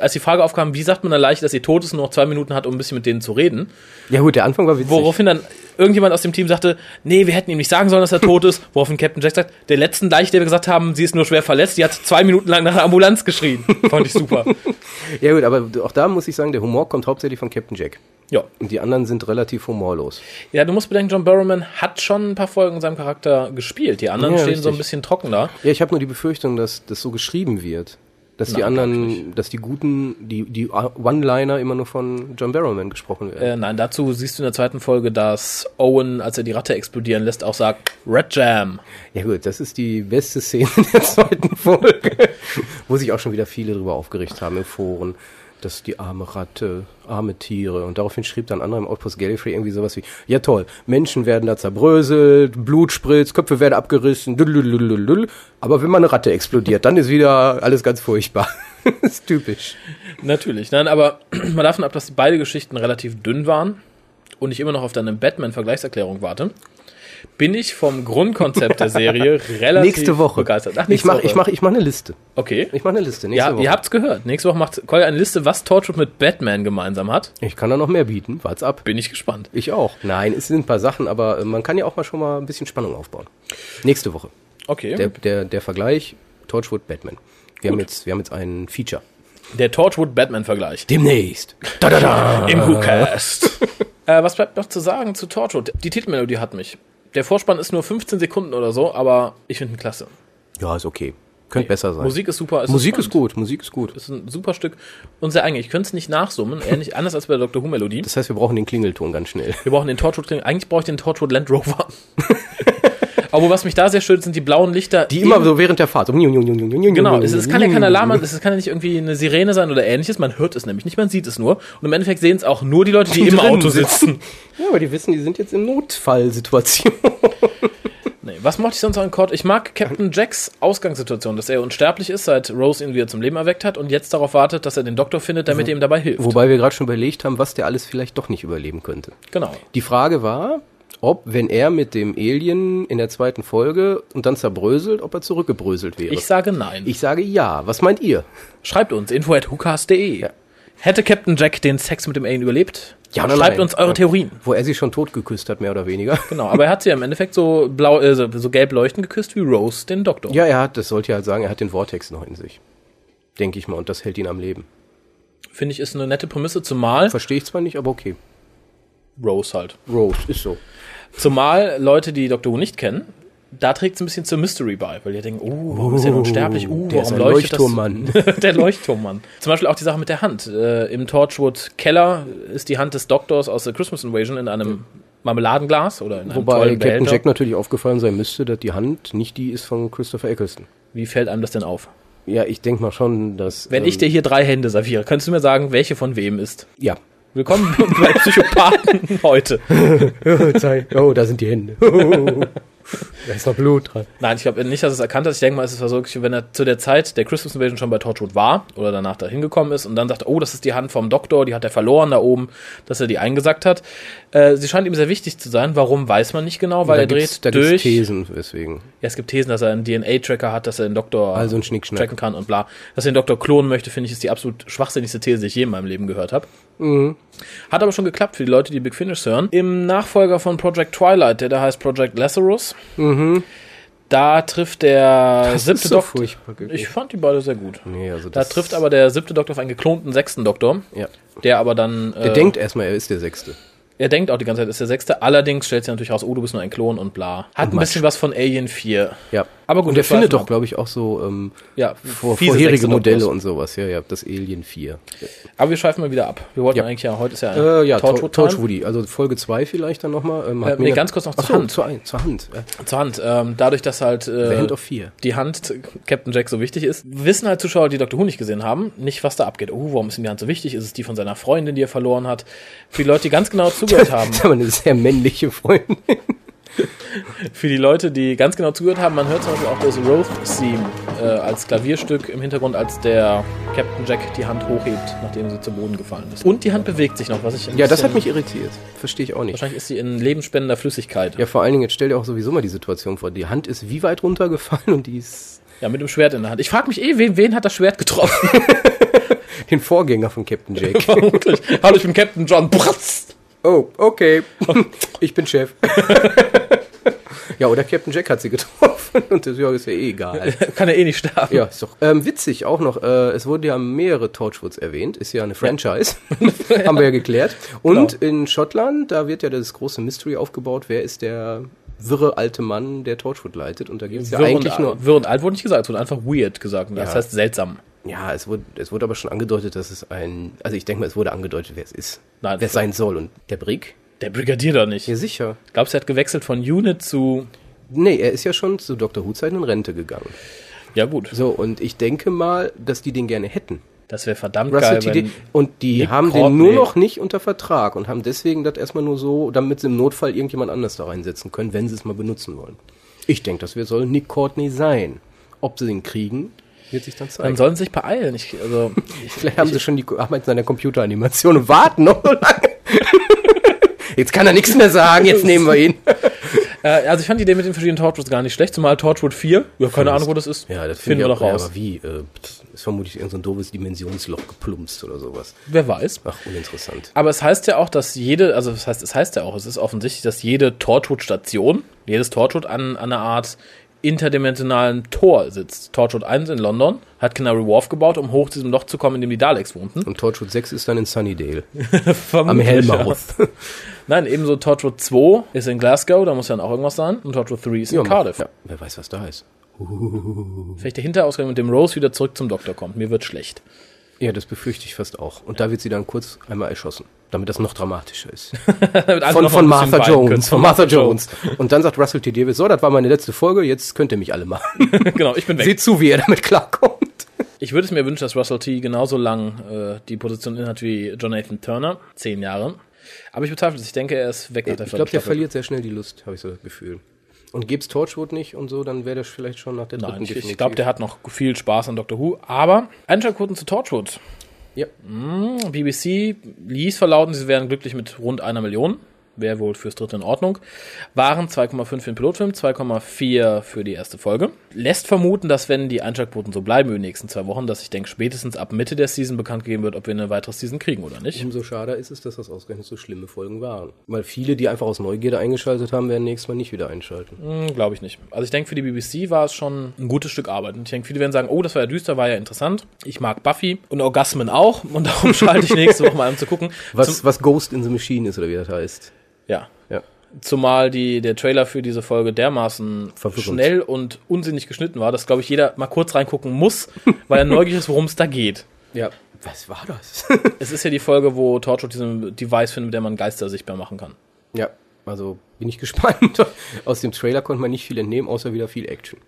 Speaker 4: als die Frage aufkam, wie sagt man einer Leiche, dass sie tot ist und nur noch zwei Minuten hat, um ein bisschen mit denen zu reden,
Speaker 5: Ja, gut, der Anfang war witzig.
Speaker 4: woraufhin dann irgendjemand aus dem Team sagte, nee, wir hätten ihm nicht sagen sollen, dass er tot ist, woraufhin Captain Jack sagt, der letzten Leiche, der wir gesagt haben, sie ist nur schwer verletzt, die hat zwei Minuten lang nach einer Ambulanz geschrien. Fand ich super.
Speaker 5: Ja, gut, aber auch da muss ich sagen, der Humor kommt hauptsächlich von Captain Jack.
Speaker 4: Ja.
Speaker 5: Und die anderen sind relativ humorlos.
Speaker 4: Ja, du musst bedenken, John Barrowman hat schon ein paar Folgen in seinem Charakter gespielt. Die anderen
Speaker 5: Ja,
Speaker 4: stehen so ein
Speaker 5: richtig.
Speaker 4: bisschen trocken da.
Speaker 5: Ja, ich habe nur die Befürchtung, dass das so geschrieben wird. Dass die
Speaker 4: Nein, glaub
Speaker 5: anderen, dass die guten, die, die One-Liner immer nur von John Barrowman gesprochen werden.
Speaker 4: Äh, nein, dazu siehst du in der zweiten Folge, dass Owen, als er die Ratte explodieren lässt, auch sagt, Red Jam.
Speaker 5: Ja gut, das ist die beste Szene der zweiten Folge, wo sich auch schon wieder viele drüber aufgeregt haben im Foren, dass die arme Ratte, arme Tiere und daraufhin schrieb dann anderer im Outpost Gallifrey irgendwie sowas wie, ja toll, Menschen werden da zerbröselt, Blut spritzt, Köpfe werden abgerissen, dululululul, aber wenn mal eine Ratte explodiert, dann ist wieder alles ganz furchtbar. ist typisch.
Speaker 4: Natürlich, nein, aber mal davon ab, dass beide Geschichten relativ dünn waren und ich immer noch auf deine Batman-Vergleichserklärung warte, bin ich vom Grundkonzept der Serie relativ
Speaker 5: Nächste Woche.
Speaker 4: begeistert. Ach,
Speaker 5: ich
Speaker 4: nächste
Speaker 5: mach,
Speaker 4: Woche.
Speaker 5: ich mach, ich mach eine Liste.
Speaker 4: Okay.
Speaker 5: Ich mach eine Liste nächste
Speaker 4: ja,
Speaker 5: Woche.
Speaker 4: ihr habt's gehört. Nächste Woche macht Kolja eine Liste, was Torchwood mit Batman gemeinsam hat.
Speaker 5: ich kann da noch mehr bieten, wart's ab.
Speaker 4: Bin ich gespannt.
Speaker 5: Ich auch. Nein, es sind ein paar Sachen, aber äh, man kann ja auch mal schon mal ein bisschen Spannung aufbauen. Nächste Woche.
Speaker 4: Okay.
Speaker 5: Der, der, der Vergleich Torchwood Batman. Wir haben, jetzt, wir haben jetzt ein Feature.
Speaker 4: Der Torchwood-Batman-Vergleich.
Speaker 5: Demnächst. Da, da, da.
Speaker 4: Im WhoCast. äh, was bleibt noch zu sagen zu Torchwood? Die Titelmelodie hat mich. Der Vorspann ist nur 15 Sekunden oder so, aber ich finde ihn klasse.
Speaker 5: Ja, ist okay. Könnte besser sein.
Speaker 4: Musik ist super. es
Speaker 5: Musik ist
Speaker 4: spannend.
Speaker 5: gut, Musik ist gut.
Speaker 4: Ist ein super Stück und sehr eigentlich. Ich könnte es nicht nachsummen, ähnlich anders als bei der Doctor Who Melodie.
Speaker 5: Das heißt, wir brauchen den Klingelton ganz schnell.
Speaker 4: Wir brauchen den Torchwood. Eigentlich brauche ich den Torchwood Land Rover. Aber was mich da sehr stört, sind die blauen Lichter.
Speaker 5: Die immer Mm. so während der Fahrt. So. Genau,
Speaker 4: Genau, es, es kann ja kein Alarm, es kann ja nicht irgendwie eine Sirene sein oder ähnliches. Man hört es nämlich nicht, man sieht es nur. Und im Endeffekt sehen es auch nur die Leute, die im
Speaker 5: drin
Speaker 4: Auto
Speaker 5: sitzen.
Speaker 4: sitzen.
Speaker 5: Ja, aber die wissen, die sind jetzt in Notfallsituation.
Speaker 4: Nee, was mochte ich sonst an Cord? Ich mag Captain Jacks Ausgangssituation, dass er unsterblich ist, seit Rose ihn wieder zum Leben erweckt hat und jetzt darauf wartet, dass er den Doktor findet, damit er ihm dabei hilft.
Speaker 5: Wobei wir gerade schon überlegt haben, was der alles vielleicht doch nicht überleben könnte.
Speaker 4: Genau.
Speaker 5: Die Frage war, ob, wenn er mit dem Alien in der zweiten Folge und dann zerbröselt, ob er zurückgebröselt wäre.
Speaker 4: Ich sage nein.
Speaker 5: ich sage ja. Was meint ihr?
Speaker 4: Schreibt uns info at
Speaker 5: Ja.
Speaker 4: Hätte Captain Jack den Sex mit dem Alien überlebt?
Speaker 5: Ja oder
Speaker 4: Schreibt
Speaker 5: nein?
Speaker 4: uns eure
Speaker 5: Ja.
Speaker 4: Theorien.
Speaker 5: Wo er sie schon tot geküsst hat, mehr oder weniger.
Speaker 4: Genau, aber er hat sie ja im Endeffekt so blau, äh, so, so gelb leuchtend geküsst wie Rose den Doktor.
Speaker 5: Ja, er hat, das sollte ich halt sagen, er hat den Vortex noch in sich. Denke ich mal, und das hält ihn am Leben.
Speaker 4: Finde ich, ist eine nette Prämisse, zumal
Speaker 5: Verstehe ich zwar nicht, aber okay.
Speaker 4: Rose halt.
Speaker 5: Rose, ist so.
Speaker 4: Zumal Leute, die Doctor Who nicht kennen, da trägt es ein bisschen zur Mystery bei, weil die denken, oh, warum ist er denn unsterblich? Uh,
Speaker 5: der ist
Speaker 4: warum
Speaker 5: ein
Speaker 4: leuchtet
Speaker 5: Leuchtturmmann.
Speaker 4: das? der Leuchtturmmann. Zum Beispiel auch die Sache mit der Hand. Äh, Im Torchwood Keller ist die Hand des Doktors aus der Christmas Invasion in einem Marmeladenglas oder in einem
Speaker 5: Wobei
Speaker 4: tollen
Speaker 5: Captain
Speaker 4: Behälter.
Speaker 5: Jack natürlich aufgefallen sein müsste, dass die Hand nicht die ist von Christopher Eccleston.
Speaker 4: Wie fällt einem das denn auf?
Speaker 5: Ja, ich denke mal schon, dass...
Speaker 4: Wenn
Speaker 5: ähm,
Speaker 4: ich dir hier drei Hände serviere, kannst du mir sagen, welche von wem ist?
Speaker 5: Ja.
Speaker 4: Willkommen bei Psychopathen heute.
Speaker 5: oh, da sind die Hände. Da ist noch Blut dran.
Speaker 4: Nein, ich glaube nicht, dass er es erkannt hat. Ich denke mal, es ist wirklich, wenn er zu der Zeit der Christmas Invasion schon bei Torchwood war oder danach da hingekommen ist und dann sagt, oh, das ist die Hand vom Doktor, die hat er verloren da oben, dass er die eingesackt hat. Äh, sie scheint ihm sehr wichtig zu sein. Warum, weiß man nicht genau, weil
Speaker 5: da
Speaker 4: er
Speaker 5: gibt's,
Speaker 4: dreht
Speaker 5: da gibt's
Speaker 4: durch.
Speaker 5: Thesen, weswegen.
Speaker 4: Ja, es gibt Thesen, dass er einen DNA-Tracker hat, dass er den Doktor
Speaker 5: Also ein Schnickschnack.
Speaker 4: tracken kann und bla. Dass er den Doktor klonen möchte, finde ich, ist die absolut schwachsinnigste These, die ich je in meinem Leben gehört habe.
Speaker 5: Mhm.
Speaker 4: Hat aber schon geklappt für die Leute, die Big Finish hören. Im Nachfolger von Project Twilight, der da heißt Project Lazarus, da trifft der siebte
Speaker 5: Mhm. so
Speaker 4: Doktor.
Speaker 5: furchtbar gewesen.
Speaker 4: Ich fand die beide sehr gut.
Speaker 5: Nee, also
Speaker 4: da
Speaker 5: das-
Speaker 4: trifft aber der siebte Doktor auf einen geklonten sechsten Doktor,
Speaker 5: Ja.
Speaker 4: der aber dann. äh,
Speaker 5: Er denkt erstmal, er ist der Sechste.
Speaker 4: Er denkt auch die ganze Zeit, ist der Sechste. Allerdings stellt sich natürlich raus, oh, du bist nur ein Klon und bla. Hat ein
Speaker 5: Matsch.
Speaker 4: bisschen was von Alien 4.
Speaker 5: Ja.
Speaker 4: Aber gut,
Speaker 5: Und der
Speaker 4: das weiß
Speaker 5: findet
Speaker 4: man.
Speaker 5: doch, glaube ich, auch so ähm,
Speaker 4: Ja,
Speaker 5: vor,
Speaker 4: fiese
Speaker 5: vorherige
Speaker 4: Sechste
Speaker 5: Modelle
Speaker 4: Doktors.
Speaker 5: und sowas. Ja, ja, das Alien 4.
Speaker 4: Aber wir schweifen mal wieder ab. Wir wollten
Speaker 5: Ja.
Speaker 4: eigentlich ja, heute ist ja
Speaker 5: Äh, ja,
Speaker 4: Torchwood Time.
Speaker 5: Torch, Torch Woody. Also Folge 2 vielleicht dann nochmal. Ähm,
Speaker 4: Äh, nee, ganz kurz noch zur
Speaker 5: Ach so,
Speaker 4: Hand.
Speaker 5: Zur, ein- zur Hand. Ja.
Speaker 4: zur Hand. Ähm, dadurch, dass halt
Speaker 5: The
Speaker 4: äh,
Speaker 5: Hand of Fear.
Speaker 4: die Hand äh, Captain Jack so wichtig ist, wissen halt Zuschauer, die Dr. Who nicht gesehen haben, nicht, was da abgeht. Oh, warum ist ihm die Hand so wichtig? Ist es die von seiner Freundin, die er verloren hat? Für die Leute, die ganz genau zugehört haben,
Speaker 5: Das ist aber eine sehr männliche Freundin.
Speaker 4: für die Leute, die ganz genau zugehört haben, man hört zum Beispiel auch das Roth-Theme äh, als Klavierstück im Hintergrund, als der Captain Jack die Hand hochhebt, nachdem sie zu Boden gefallen ist. Und die Hand bewegt sich noch, was ich ein
Speaker 5: Ja, das hat
Speaker 4: bisschen-
Speaker 5: mich irritiert. Verstehe ich auch nicht.
Speaker 4: Wahrscheinlich ist sie in lebensspendender Flüssigkeit.
Speaker 5: Ja, vor allen Dingen, jetzt stell dir auch sowieso mal die Situation vor. Die Hand ist wie weit runtergefallen und die ist
Speaker 4: Ja, mit dem Schwert in der Hand. Ich frage mich eh, wen, wen hat das Schwert getroffen?
Speaker 5: den Vorgänger von Captain Jake.
Speaker 4: Vermutlich. Hallo, ich bin Captain John. Pratz.
Speaker 5: Oh, okay. Ich bin Chef. ja, oder Captain Jack hat sie getroffen und das ja, ist ja eh egal.
Speaker 4: Kann er eh nicht sterben.
Speaker 5: Ja, ist doch. Ähm, witzig auch noch, äh, es wurden ja mehrere Torchwoods erwähnt, ist ja eine Franchise, haben wir ja geklärt. Und
Speaker 4: Genau.
Speaker 5: in Schottland, da wird ja das große Mystery aufgebaut, wer ist der wirre alte Mann, der Torchwood leitet. Und da gibt's ja
Speaker 4: Wirr
Speaker 5: eigentlich
Speaker 4: und,
Speaker 5: nur...
Speaker 4: Wirr und alt wurde nicht gesagt, es wurde einfach weird gesagt. Und Das
Speaker 5: Ja.
Speaker 4: heißt seltsam.
Speaker 5: Ja, es wurde, es wurde aber schon angedeutet, dass es ein... Also ich denke mal, es wurde angedeutet, wer es ist,
Speaker 4: Nein,
Speaker 5: wer
Speaker 4: das-
Speaker 5: es sein soll. Und der Brick?
Speaker 4: Der Brigadier doch nicht.
Speaker 5: Ja, sicher.
Speaker 4: Glaubst du, er hat gewechselt von Unit zu.
Speaker 5: Nee, er ist ja schon zu Dr. Who-Zeiten in Rente gegangen.
Speaker 4: Ja, gut.
Speaker 5: So, und ich denke mal, dass die den gerne hätten.
Speaker 4: Das wäre verdammt
Speaker 5: Russell
Speaker 4: geil. Wenn,
Speaker 5: TD. Und die
Speaker 4: Nick
Speaker 5: haben
Speaker 4: Courtney-
Speaker 5: den nur noch nicht unter Vertrag und haben deswegen das erstmal nur so, damit sie im Notfall irgendjemand anders da reinsetzen können, wenn sie es mal benutzen wollen. Ich denke, das wir soll Nick Courtney sein. Ob sie den kriegen, wird sich dann zeigen.
Speaker 4: Dann sollen sie sich beeilen. Ich, also,
Speaker 5: Vielleicht haben sie schon die Arbeiten an der Computeranimation und warten noch so lange. Jetzt kann er nichts mehr sagen, jetzt nehmen wir ihn.
Speaker 4: äh, also ich fand die Idee mit den verschiedenen Torchwoods gar nicht schlecht, zumal Torchwood 4. Ja, keine Ahnung, wo das ist. finden wir
Speaker 5: auch-
Speaker 4: doch
Speaker 5: ja,
Speaker 4: raus.
Speaker 5: Aber wie? Äh, pff, ist vermutlich irgendein so ein doofes Dimensionsloch geplumpst oder sowas.
Speaker 4: Wer weiß.
Speaker 5: Ach, uninteressant.
Speaker 4: Aber es heißt ja auch, dass jede, also das heißt, es heißt ja auch, es ist offensichtlich, dass jede Torchwood-Station, jedes Torchwood an, an einer Art interdimensionalen Tor sitzt. Torchwood 1 in London hat Canary Wharf gebaut, um hoch zu diesem Loch zu kommen, in dem die Daleks wohnten.
Speaker 5: Und Torchwood 6 ist dann in Sunnydale. Am
Speaker 4: Vermutlich,
Speaker 5: Hellmouth.
Speaker 4: ja. Nein, ebenso Torchwood 2 ist in Glasgow, da muss ja auch irgendwas sein. Und Torchwood 3 ist in
Speaker 5: Ja,
Speaker 4: Cardiff.
Speaker 5: Ja, wer weiß, was da ist.
Speaker 4: Vielleicht der Hinterausgang, mit dem Rose wieder zurück zum Doktor kommt. Mir wird schlecht.
Speaker 5: Ja, das befürchte ich fast auch. Und da wird sie dann kurz einmal erschossen, damit das noch dramatischer ist.
Speaker 4: Damit alle
Speaker 5: Von,
Speaker 4: Also noch
Speaker 5: von
Speaker 4: mal ein bisschen
Speaker 5: Martha
Speaker 4: weinen
Speaker 5: Jones.
Speaker 4: können.
Speaker 5: Von Martha Jones. Und dann sagt Russell T. Davis, so, das war meine letzte Folge, jetzt könnt ihr mich alle machen.
Speaker 4: genau, ich bin weg.
Speaker 5: Seht zu, wie ihr damit klarkommt.
Speaker 4: Ich würde es mir wünschen, dass Russell T. genauso lang äh, die Position innehat wie Jonathan Turner. Zehn Jahre. Aber ich bezweifle es. Ich denke, er ist weg nach der
Speaker 5: Ich glaube, der
Speaker 4: vierten Staffel.
Speaker 5: verliert sehr schnell die Lust, habe ich so das Gefühl. Und gibt's Torchwood nicht und so, dann wäre das vielleicht schon nach der dritten
Speaker 4: Nein, ich, ich
Speaker 5: definitiv.
Speaker 4: glaube, der hat noch viel Spaß an Doctor Who. Aber Einschaltquoten zu Torchwood. Mm,
Speaker 5: Ja.
Speaker 4: BBC ließ verlauten, sie wären glücklich mit rund einer Million. Wäre wohl fürs dritte in Ordnung. Waren 2,5 für den Pilotfilm, 2,4 für die erste Folge. Lässt vermuten, dass wenn die Einschaltquoten so bleiben in den nächsten zwei Wochen, dass ich denke, spätestens ab Mitte der Season bekannt gegeben wird, ob wir eine weitere Season kriegen oder nicht.
Speaker 5: Umso schade ist es, dass das ausgerechnet so schlimme Folgen waren. Weil viele, die einfach aus Neugierde eingeschaltet haben, werden nächstes Mal nicht wieder einschalten.
Speaker 4: Glaube ich nicht. Also ich denke, für die BBC war es schon ein gutes Stück Arbeit. Und ich denke, viele werden sagen, oh, das war ja düster, war ja interessant. Ich mag Buffy und Orgasmen auch. Und darum schalte ich nächste Woche mal an um zu gucken.
Speaker 5: Was,
Speaker 4: Zum,
Speaker 5: was Ghost in the Machine ist oder wie das heißt.
Speaker 4: ja.
Speaker 5: Ja.
Speaker 4: Zumal die, der Trailer für diese Folge dermaßen
Speaker 5: Verwirrend.
Speaker 4: schnell und unsinnig geschnitten war, dass, glaube ich, jeder mal kurz reingucken muss, weil er neugierig ist, worum es da geht.
Speaker 5: Ja. Was war das?
Speaker 4: Es ist ja die Folge, wo Torchwood diesen Device findet, mit der man Geister sichtbar machen kann.
Speaker 5: Ja, also bin ich gespannt. Aus dem Trailer konnte man nicht viel entnehmen, außer wieder viel Action.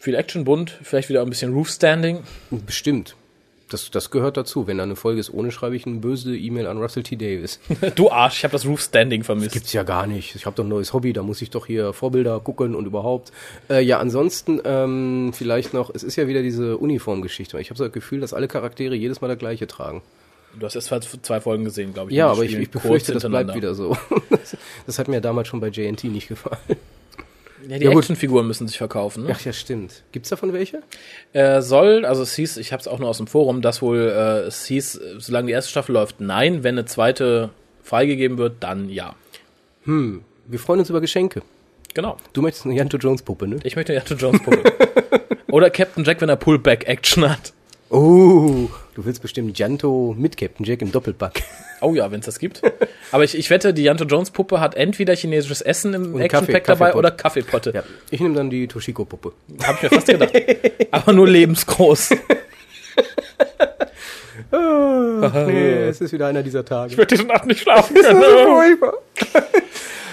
Speaker 4: Viel Action, bunt, vielleicht wieder ein bisschen Roofstanding.
Speaker 5: Bestimmt. Das, das gehört dazu. Wenn da eine Folge ist ohne, schreibe ich eine böse E-Mail an Russell T. Davis.
Speaker 4: Du Arsch, ich habe das Roof Standing vermisst.
Speaker 5: Gibt's ja gar nicht. Ich habe doch ein neues Hobby, da muss ich doch hier Vorbilder gucken und überhaupt. Äh, ja, ansonsten ähm, vielleicht noch, es ist ja wieder diese Uniformgeschichte. Ich habe so das Gefühl, dass alle Charaktere jedes Mal das gleiche tragen.
Speaker 4: Du hast erst zwei- zwei Folgen gesehen, glaube ich.
Speaker 5: Ja,
Speaker 4: die
Speaker 5: aber ich,
Speaker 4: spielen
Speaker 5: ich
Speaker 4: kurz
Speaker 5: befürchte, das bleibt
Speaker 4: hintereinander.
Speaker 5: wieder so. Das hat mir damals schon bei JNT nicht gefallen.
Speaker 4: Ja, die
Speaker 5: Ja, gut.
Speaker 4: Actionfiguren müssen sich verkaufen. Ne?
Speaker 5: Ach ja, stimmt. Gibt's davon welche?
Speaker 4: Äh, soll, also es hieß, ich habe es auch nur aus dem Forum, dass wohl äh, es hieß, äh, solange die erste Staffel läuft, nein, wenn eine zweite freigegeben wird, dann ja.
Speaker 5: Wir freuen uns über Geschenke.
Speaker 4: Genau.
Speaker 5: Du möchtest eine Janto Jones Puppe, ne?
Speaker 4: Ich möchte eine Jato Jones Puppe. Oder Captain Jack, wenn er Pullback Action hat.
Speaker 5: Oh, du willst bestimmt Janto mit Captain Jack im Doppelpack.
Speaker 4: Oh ja, wenn es das gibt. Aber ich, ich wette, die Janto Jones Puppe hat entweder chinesisches Essen im
Speaker 5: Und
Speaker 4: Action Pack
Speaker 5: Kaffee-
Speaker 4: dabei
Speaker 5: Kaffeepot.
Speaker 4: oder Kaffeepotte.
Speaker 5: Ja, Genau. ich nehme dann die Toshiko Puppe.
Speaker 4: Hab ich mir fast gedacht. Aber nur lebensgroß.
Speaker 5: Ah, Nee, es ist wieder einer dieser Tage.
Speaker 4: Wird diese Nacht nicht schlafen können. Ähm,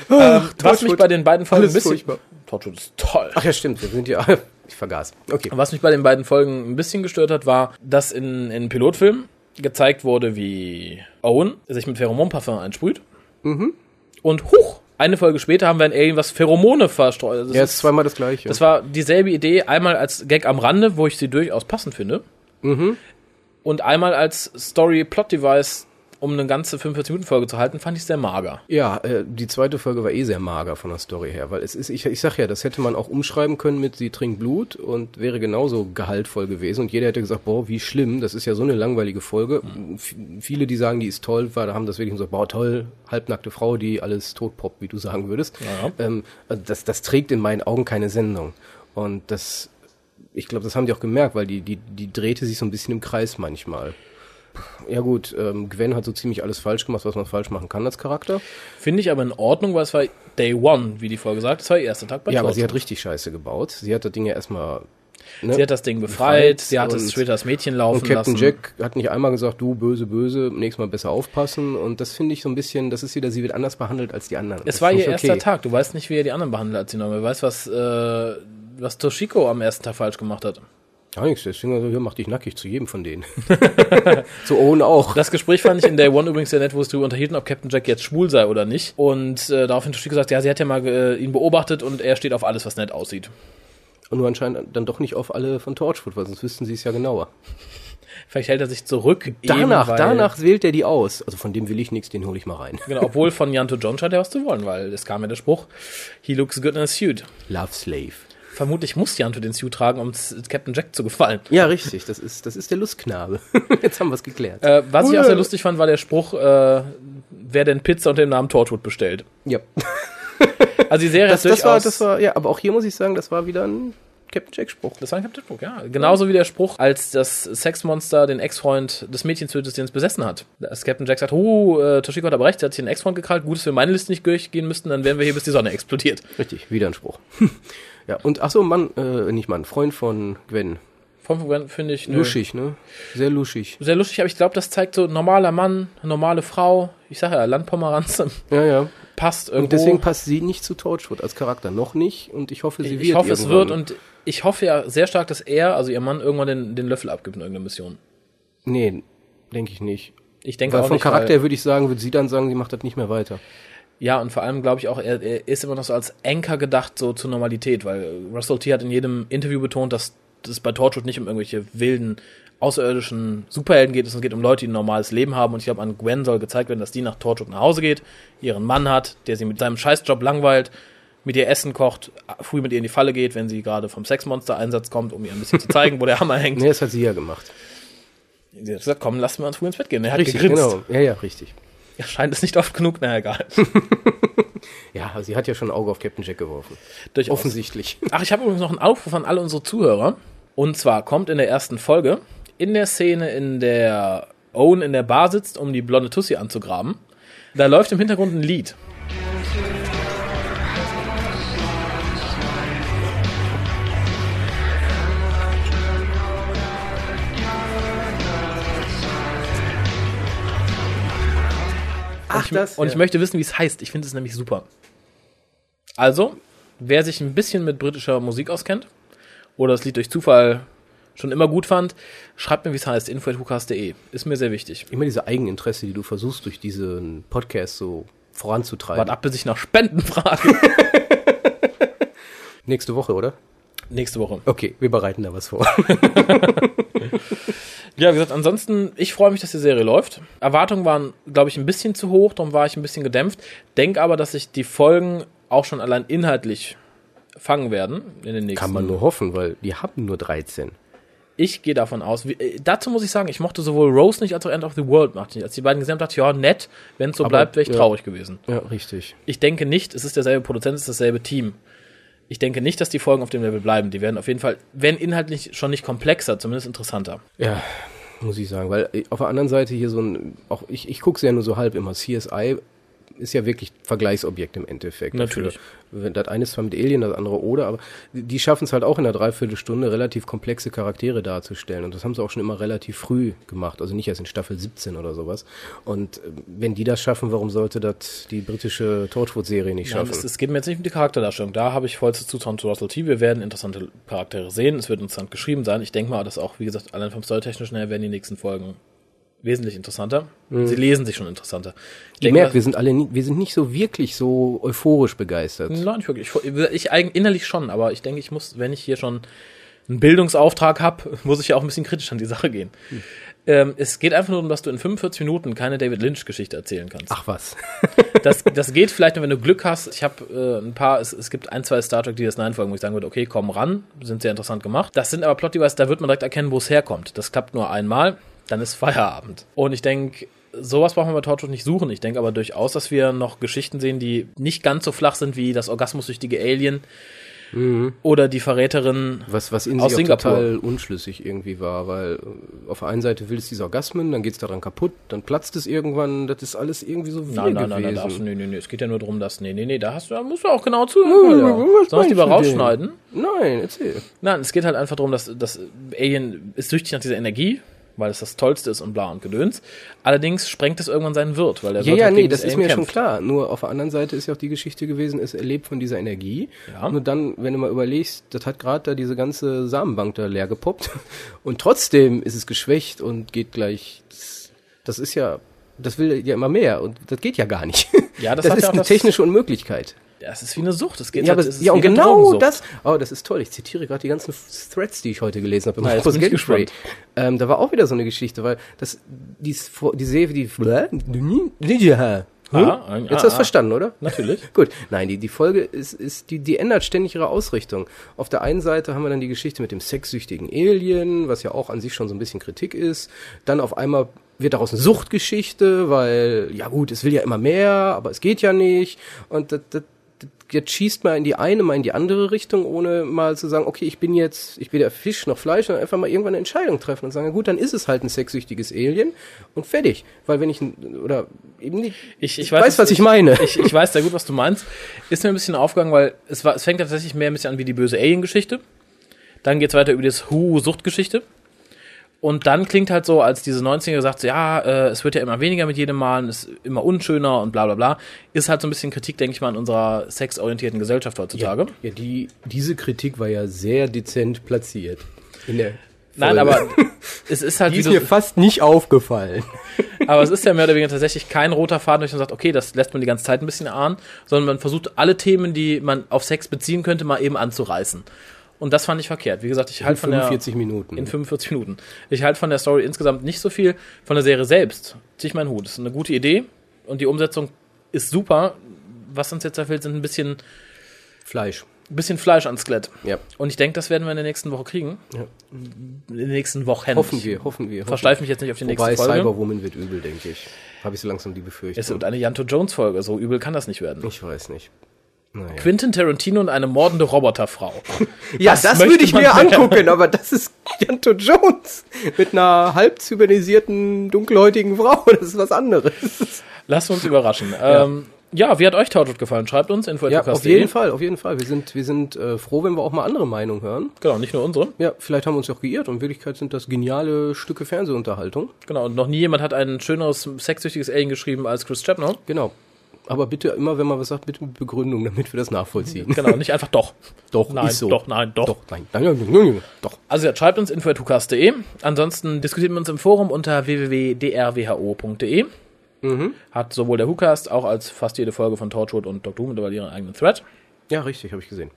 Speaker 4: Was mich
Speaker 5: Torchwood.
Speaker 4: bei den beiden Folgen
Speaker 5: Alles
Speaker 4: ein bisschen.
Speaker 5: furchtbar.
Speaker 4: Torchwood ist toll.
Speaker 5: Ach ja, stimmt, wir sind ja. Ich vergaß. Okay.
Speaker 4: Was mich bei den beiden Folgen ein bisschen gestört hat, war, dass in, in Pilotfilmen gezeigt wurde, wie Owen sich mit Pheromonparfum einsprüht.
Speaker 5: Mhm.
Speaker 4: Und huch, eine Folge später haben wir in Alien was Pheromone verstreut. Also Das,
Speaker 5: Ja, es
Speaker 4: ist-
Speaker 5: ist zweimal das gleiche.
Speaker 4: das war dieselbe Idee, einmal als Gag am Rande, wo ich sie durchaus passend finde.
Speaker 5: Mhm.
Speaker 4: Und einmal als Story-Plot-Device, um eine ganze 45-Minuten-Folge zu halten, fand ich sehr mager.
Speaker 5: ja, äh, die zweite Folge war eh sehr mager von der Story her, weil es ist, ich, ich sag ja, das hätte man auch umschreiben können mit sie trinkt Blut und wäre genauso gehaltvoll gewesen und jeder hätte gesagt, boah, wie schlimm, das ist ja so eine langweilige Folge. F viele, die sagen, die ist toll, war, da haben das wirklich so, boah, toll, halbnackte Frau, die alles totpoppt, wie du sagen würdest. Ähm, das, das trägt in meinen Augen keine Sendung. Und das, ich glaube, das haben die auch gemerkt, weil die, die, die drehte sich so ein bisschen im Kreis manchmal. Ja gut, ähm, Gwen hat so ziemlich alles falsch gemacht, was man falsch machen kann als Charakter.
Speaker 4: Finde ich aber in Ordnung, weil es war Day One, wie die Folge sagt. Es war ihr erster Tag bei
Speaker 5: ja, aber
Speaker 4: Torchwood.
Speaker 5: sie hat richtig Scheiße gebaut. Sie hat das Ding ja erstmal... Ne?
Speaker 4: Sie hat das Ding befreit,
Speaker 5: Befreit
Speaker 4: sie hat es
Speaker 5: und-
Speaker 4: später das Mädchen laufen
Speaker 5: und Captain
Speaker 4: lassen.
Speaker 5: Jack hat nicht einmal gesagt, du böse, böse, nächstes Mal besser aufpassen. Und das finde ich so ein bisschen, das ist wieder, sie wird anders behandelt als die anderen.
Speaker 4: es war ihr
Speaker 5: hier
Speaker 4: erster Tag, du weißt nicht, wie er die anderen behandelt hat, Sinoma. Du weißt, was, äh, was Toshiko am ersten Tag falsch gemacht hat.
Speaker 5: Ja, nichts, deswegen also, hier mach dich nackig zu jedem von denen. zu Owen auch.
Speaker 4: Das Gespräch fand ich in Day One übrigens sehr nett, wo es darüber unterhielten, ob Captain Jack jetzt schwul sei oder nicht. Und äh, daraufhin Toshiko sagt, ja, sie hat ja mal äh, ihn beobachtet und er steht auf alles, was nett aussieht.
Speaker 5: Und nur anscheinend dann doch nicht auf alle von Torchwood, weil sonst wüssten sie es ja genauer.
Speaker 4: Vielleicht hält er sich zurück.
Speaker 5: Danach,
Speaker 4: weil,
Speaker 5: danach wählt er die aus. Also von dem will ich nichts, den hole ich mal rein.
Speaker 4: Genau, obwohl von Janto John scheint er was zu wollen, weil es kam ja der Spruch, he looks good in a suit.
Speaker 5: Love Slave.
Speaker 4: Vermutlich muss Janto den Suit tragen, um s- Captain Jack zu gefallen.
Speaker 5: Ja, richtig. Das ist, das ist der Lustknabe. Jetzt haben wir es geklärt.
Speaker 4: Äh, was ich auch sehr lustig fand, war der Spruch, äh, wer denn Pizza unter dem Namen Torchwood bestellt.
Speaker 5: ja.
Speaker 4: Also die Serie ist
Speaker 5: Das,
Speaker 4: durchaus...
Speaker 5: das war, das war, ja, aber auch hier muss ich sagen, das war wieder ein Captain Jack-Spruch.
Speaker 4: das war ein Captain Spruch, ja. Genauso wie der Spruch, als das Sexmonster den Ex-Freund des Mädchens tötet, den es besessen hat. Als Captain Jack sagt, oh, äh, Toshiko hat aber recht, sie hat sich den Ex-Freund gekrallt, gut, dass wir meine Liste nicht durchgehen müssten, dann wären wir hier, bis die Sonne explodiert.
Speaker 5: Richtig, wieder ein Spruch. ja, und ach so, Mann, äh, nicht Mann, Freund von Gwen.
Speaker 4: Von Gwen finde ich... nö.
Speaker 5: Luschig, ne? Sehr luschig.
Speaker 4: Sehr lustig, aber ich glaube, das zeigt so, normaler Mann, normale Frau, ich sage ja, Landpomeranz,
Speaker 5: Ja, ja.
Speaker 4: passt irgendwo.
Speaker 5: Und deswegen passt sie nicht zu Torchwood als Charakter. Noch nicht. Und ich hoffe, sie wird.
Speaker 4: ich hoffe, es
Speaker 5: irgendwann.
Speaker 4: wird und ich hoffe ja sehr stark, dass er, also ihr Mann, irgendwann den, den Löffel abgibt in irgendeiner Mission.
Speaker 5: Nee, denke ich nicht.
Speaker 4: Ich denke
Speaker 5: Weil
Speaker 4: auch
Speaker 5: vom
Speaker 4: nicht.
Speaker 5: Charakter
Speaker 4: weil,
Speaker 5: her würde ich sagen, würde sie dann sagen, sie macht das nicht mehr weiter.
Speaker 4: ja, und vor allem glaube ich auch, er, er ist immer noch so als Anker gedacht, so zur Normalität, weil äh, Russell T. hat in jedem Interview betont, dass es bei Torchwood nicht um irgendwelche wilden, außerirdischen Superhelden geht, es geht um Leute, die ein normales Leben haben. Und ich glaube, an Gwen soll gezeigt werden, dass die nach Torchwood nach Hause geht, ihren Mann hat, der sie mit seinem Scheißjob langweilt, mit ihr Essen kocht, früh mit ihr in die Falle geht, wenn sie gerade vom Sexmonster-Einsatz kommt, um ihr ein bisschen zu zeigen, wo der Hammer hängt.
Speaker 5: Nee, das hat sie ja gemacht.
Speaker 4: Sie hat gesagt, komm, lass mal uns früh ins Bett gehen. Er hat
Speaker 5: Richtig,
Speaker 4: gegrinst.
Speaker 5: genau. Ja, ja, richtig.
Speaker 4: Ja, scheint es nicht oft genug, na egal.
Speaker 5: Ja, sie hat ja schon ein Auge auf Captain Jack geworfen.
Speaker 4: Durchaus.
Speaker 5: Offensichtlich.
Speaker 4: Ach, ich habe übrigens noch einen Aufruf an alle unsere Zuhörer. Und zwar kommt in der ersten Folge, in der Szene, in der Owen in der Bar sitzt, um die blonde Tussi anzugraben. Da läuft im Hintergrund ein Lied.
Speaker 5: Ach, das.
Speaker 4: Und
Speaker 5: Und ja.
Speaker 4: ich möchte wissen, wie es heißt. Ich finde es nämlich super. Also, wer sich ein bisschen mit britischer Musik auskennt oder das Lied durch Zufall schon immer gut fand, schreibt mir, wie es heißt, info.hukas.de. E. Ist mir sehr wichtig.
Speaker 5: Immer diese Eigeninteresse, die du versuchst, durch diesen Podcast so voranzutreiben.
Speaker 4: Wart ab, bis ich nach Spenden frage.
Speaker 5: Nächste Woche, oder?
Speaker 4: Nächste Woche.
Speaker 5: Okay, wir bereiten da was vor.
Speaker 4: Ja, wie gesagt, ansonsten, ich freue mich, dass die Serie läuft. Erwartungen waren, glaube ich, ein bisschen zu hoch, darum war ich ein bisschen gedämpft. Denk aber, dass sich die Folgen auch schon allein inhaltlich fangen werden in den nächsten.
Speaker 5: Kann man nur hoffen, weil die haben nur 13.
Speaker 4: Ich gehe davon aus. Wie, äh, dazu muss ich sagen, ich mochte sowohl Rose nicht als auch End of the World macht nicht. Als die beiden gesehen haben, dachte ich, ja, nett, wenn es so bleibt, wäre ich
Speaker 5: ja.
Speaker 4: traurig gewesen.
Speaker 5: Ja, richtig.
Speaker 4: Ich denke nicht, es ist derselbe Produzent, es ist dasselbe Team. Ich denke nicht, dass die Folgen auf dem Level bleiben. Die werden auf jeden Fall, wenn inhaltlich schon nicht komplexer, zumindest interessanter.
Speaker 5: Ja, muss ich sagen, weil äh, auf der anderen Seite hier so ein, auch ich, ich gucke es ja nur so halb immer. CSI ist ja wirklich Vergleichsobjekt im Endeffekt. dafür.
Speaker 4: Natürlich.
Speaker 5: Wenn Das eine ist zwar mit Alien, das andere oder, aber die- die schaffen es halt auch in einer Dreiviertelstunde relativ komplexe Charaktere darzustellen. Und das haben sie auch schon immer relativ früh gemacht, also nicht erst in Staffel 17 oder sowas. Und äh, wenn die das schaffen, warum sollte das die britische Torchwood-Serie nicht
Speaker 4: Nein,
Speaker 5: schaffen?
Speaker 4: es, es geht mir jetzt nicht um die Charakterdarstellung. Da habe ich vollstes Zutrauen zu Russell T. Wir werden interessante Charaktere sehen. Es wird interessant geschrieben sein. Ich denke mal, dass auch, wie gesagt, allein vom Storytechnischen her werden die nächsten Folgen wesentlich interessanter. Sie lesen sich schon interessanter. Ich
Speaker 5: ich
Speaker 4: denke
Speaker 5: merke,
Speaker 4: mal-
Speaker 5: wir sind alle, nie- wir sind nicht so wirklich so euphorisch begeistert.
Speaker 4: Nein, nicht wirklich. Ich, ich eigentlich innerlich schon, aber ich denke, ich muss, wenn ich hier schon einen Bildungsauftrag habe, muss ich ja auch ein bisschen kritisch an die Sache gehen. Ähm, es geht einfach nur darum, dass du in 45 Minuten keine David Lynch-Geschichte erzählen kannst.
Speaker 5: Ach was.
Speaker 4: Das, das geht vielleicht, nur, wenn du Glück hast. Ich habe äh, ein paar, es, es gibt ein, zwei Star Trek DS9 Folgen, wo ich sagen würde, okay, komm ran, sind sehr interessant gemacht. Das sind aber Plot Devices, da wird man direkt erkennen, wo es herkommt. Das klappt nur einmal, dann ist Feierabend. Und ich denke, sowas brauchen wir bei Torchwood nicht suchen. Ich denke aber durchaus, dass wir noch Geschichten sehen, die nicht ganz so flach sind wie das orgasmussüchtige Alien oder die Verräterin.
Speaker 5: Mhm. Was, was in
Speaker 4: Aus
Speaker 5: sich auch
Speaker 4: Singapur.
Speaker 5: total unschlüssig irgendwie war, weil äh, auf der einen Seite will es diese Orgasmen, dann geht's daran kaputt, dann platzt es irgendwann, das ist alles irgendwie so viel
Speaker 4: Nein, nein, nein, nein,
Speaker 5: gewesen.
Speaker 4: darfst du, nee, nee, nee, es geht ja nur darum, dass, nee, nee, nee, da hast du, da musst du auch genau zuhören. Ja.
Speaker 5: Hm, was
Speaker 4: Soll ich lieber
Speaker 5: meinst du denn?
Speaker 4: rausschneiden?
Speaker 5: nein, erzähl.
Speaker 4: Nein, es geht halt einfach darum, dass das Alien ist süchtig nach dieser Energie, weil es das Tollste ist und bla und gedöns. Allerdings sprengt es irgendwann seinen Wirt, weil der
Speaker 5: Ja,
Speaker 4: Wirt
Speaker 5: ja,
Speaker 4: halt
Speaker 5: nee,
Speaker 4: gegen
Speaker 5: das ist
Speaker 4: Alien
Speaker 5: mir schon
Speaker 4: kämpft.
Speaker 5: klar. Nur auf der anderen Seite ist ja auch die Geschichte gewesen, es erlebt von dieser Energie.
Speaker 4: Ja.
Speaker 5: Nur dann, wenn du mal überlegst, das hat gerade da diese ganze Samenbank da leer gepoppt und trotzdem ist es geschwächt und geht gleich. Das ist ja, das will ja immer mehr und das geht ja gar nicht.
Speaker 4: Ja, das
Speaker 5: das
Speaker 4: hat
Speaker 5: ist
Speaker 4: ja auch
Speaker 5: eine
Speaker 4: das-
Speaker 5: technische Unmöglichkeit.
Speaker 4: Das ist wie eine Sucht. Es geht
Speaker 5: Ja,
Speaker 4: halt,
Speaker 5: aber,
Speaker 4: es ist
Speaker 5: ja und
Speaker 4: wie eine
Speaker 5: genau
Speaker 4: Drogensucht.
Speaker 5: das. Oh, das ist toll. Ich zitiere gerade die ganzen F- Threads, die ich heute gelesen habe. im
Speaker 4: Na, jetzt
Speaker 5: Markus
Speaker 4: bin ich
Speaker 5: Gateway.
Speaker 4: gespannt.
Speaker 5: Ähm, da war auch wieder so eine Geschichte, weil das, die, S- vor- die Serie, die. Ninja. Hm?
Speaker 4: Ah, ah,
Speaker 5: Jetzt hast du es
Speaker 4: ah.
Speaker 5: verstanden, oder?
Speaker 4: Natürlich.
Speaker 5: Gut. Nein, die, die Folge ist, ist die, die ändert ständig ihre Ausrichtung. Auf der einen Seite haben wir dann die Geschichte mit dem sexsüchtigen Alien, was ja auch an sich schon so ein bisschen Kritik ist. Dann auf einmal wird daraus eine Suchtgeschichte, weil, ja gut, es will ja immer mehr, aber es geht ja nicht. Und das, das, das- jetzt schießt mal in die eine, mal in die andere Richtung, ohne mal zu sagen, okay, ich bin jetzt, ich bin weder Fisch noch Fleisch, sondern einfach mal irgendwann eine Entscheidung treffen und sagen, gut, dann ist es halt ein sexsüchtiges Alien und fertig. Weil wenn ich, ein- oder eben nicht,
Speaker 4: Ich, ich
Speaker 5: weiß,
Speaker 4: weiß,
Speaker 5: was ich meine.
Speaker 4: Ich, ich weiß sehr gut, was du meinst. Ist mir ein bisschen aufgegangen, weil es, war, es fängt tatsächlich mehr ein bisschen an wie die böse Alien-Geschichte. Dann geht's weiter über das Hu-Suchtgeschichte. Und dann klingt halt so, als diese 90er gesagt, so, ja, äh, es wird ja immer weniger mit jedem Mal, und ist immer unschöner und bla bla bla. Ist halt so ein bisschen Kritik, denke ich mal, an unserer sexorientierten Gesellschaft heutzutage.
Speaker 5: Ja, die, diese Kritik war ja sehr dezent platziert. In der
Speaker 4: Nein,
Speaker 5: Folge.
Speaker 4: aber es ist halt,
Speaker 5: die
Speaker 4: wie
Speaker 5: ist mir
Speaker 4: du,
Speaker 5: fast nicht aufgefallen.
Speaker 4: aber es ist ja mehr oder weniger tatsächlich kein roter Faden, durch man sagt, okay, das lässt man die ganze Zeit ein bisschen ahnen, sondern man versucht alle Themen, die man auf Sex beziehen könnte, mal eben anzureißen. Und das fand ich verkehrt. Wie gesagt, ich halte Halt von der,
Speaker 5: 45 Minuten.
Speaker 4: in 45 Minuten. Ich halte von der Story insgesamt nicht so viel. Von der Serie selbst ziehe ich meinen Hut. Das ist eine gute Idee und die Umsetzung ist super. Was uns jetzt da fehlt, sind ein bisschen, Hm.
Speaker 5: Fleisch.
Speaker 4: bisschen Fleisch ans Skelett.
Speaker 5: Ja.
Speaker 4: Und ich denke, das werden wir in der nächsten Woche kriegen.
Speaker 5: Ja.
Speaker 4: In den nächsten Wochen.
Speaker 5: Hoffen wir, hoffen wir.
Speaker 4: Versteif mich jetzt nicht auf die
Speaker 5: hoffen. Wobei
Speaker 4: nächste Folge.
Speaker 5: Cyberwoman wird übel, denke ich. Habe ich so langsam die
Speaker 4: es
Speaker 5: Befürchtung.
Speaker 4: wird eine Janto Jones Folge. So übel kann das nicht werden.
Speaker 5: Ich weiß nicht. Naja.
Speaker 4: Quentin Tarantino und eine mordende Roboterfrau.
Speaker 5: Ja,
Speaker 4: das möchte man mehr.
Speaker 5: aber das ist Janto Jones. Mit einer halb zybernisierten, dunkelhäutigen Frau. Das ist was anderes.
Speaker 4: Lasst uns überraschen. Ähm, ja, wie hat euch Torchwood gefallen? Schreibt uns info
Speaker 5: Ja, auf jeden
Speaker 4: E.
Speaker 5: Fall, auf jeden Fall. Wir sind, wir sind äh, froh, wenn wir auch mal andere Meinungen hören.
Speaker 4: Genau, nicht nur unsere.
Speaker 5: Ja, vielleicht haben wir uns ja auch geirrt. Und in Wirklichkeit sind das geniale Stücke Fernsehunterhaltung.
Speaker 4: Genau, und noch nie jemand hat ein schöneres sexsüchtiges Alien geschrieben als Chris Chapman.
Speaker 5: Genau. Aber bitte immer, wenn man was sagt, bitte mit Begründung, damit wir das nachvollziehen.
Speaker 4: Genau, nicht einfach doch.
Speaker 5: Doch,
Speaker 4: nein,
Speaker 5: ist so.
Speaker 4: doch, nein, doch.
Speaker 5: Doch, nein, nein, nein, nein, nein, doch.
Speaker 4: Also ja, schreibt uns info.tukas.de. Ansonsten diskutieren wir uns im Forum unter www.drwho.de. e.
Speaker 5: Mhm.
Speaker 4: Hat sowohl der WhoCast auch als fast jede Folge von Torchwood und Doctor Who mittlerweile ihren eigenen Thread.
Speaker 5: Ja, richtig, habe ich gesehen.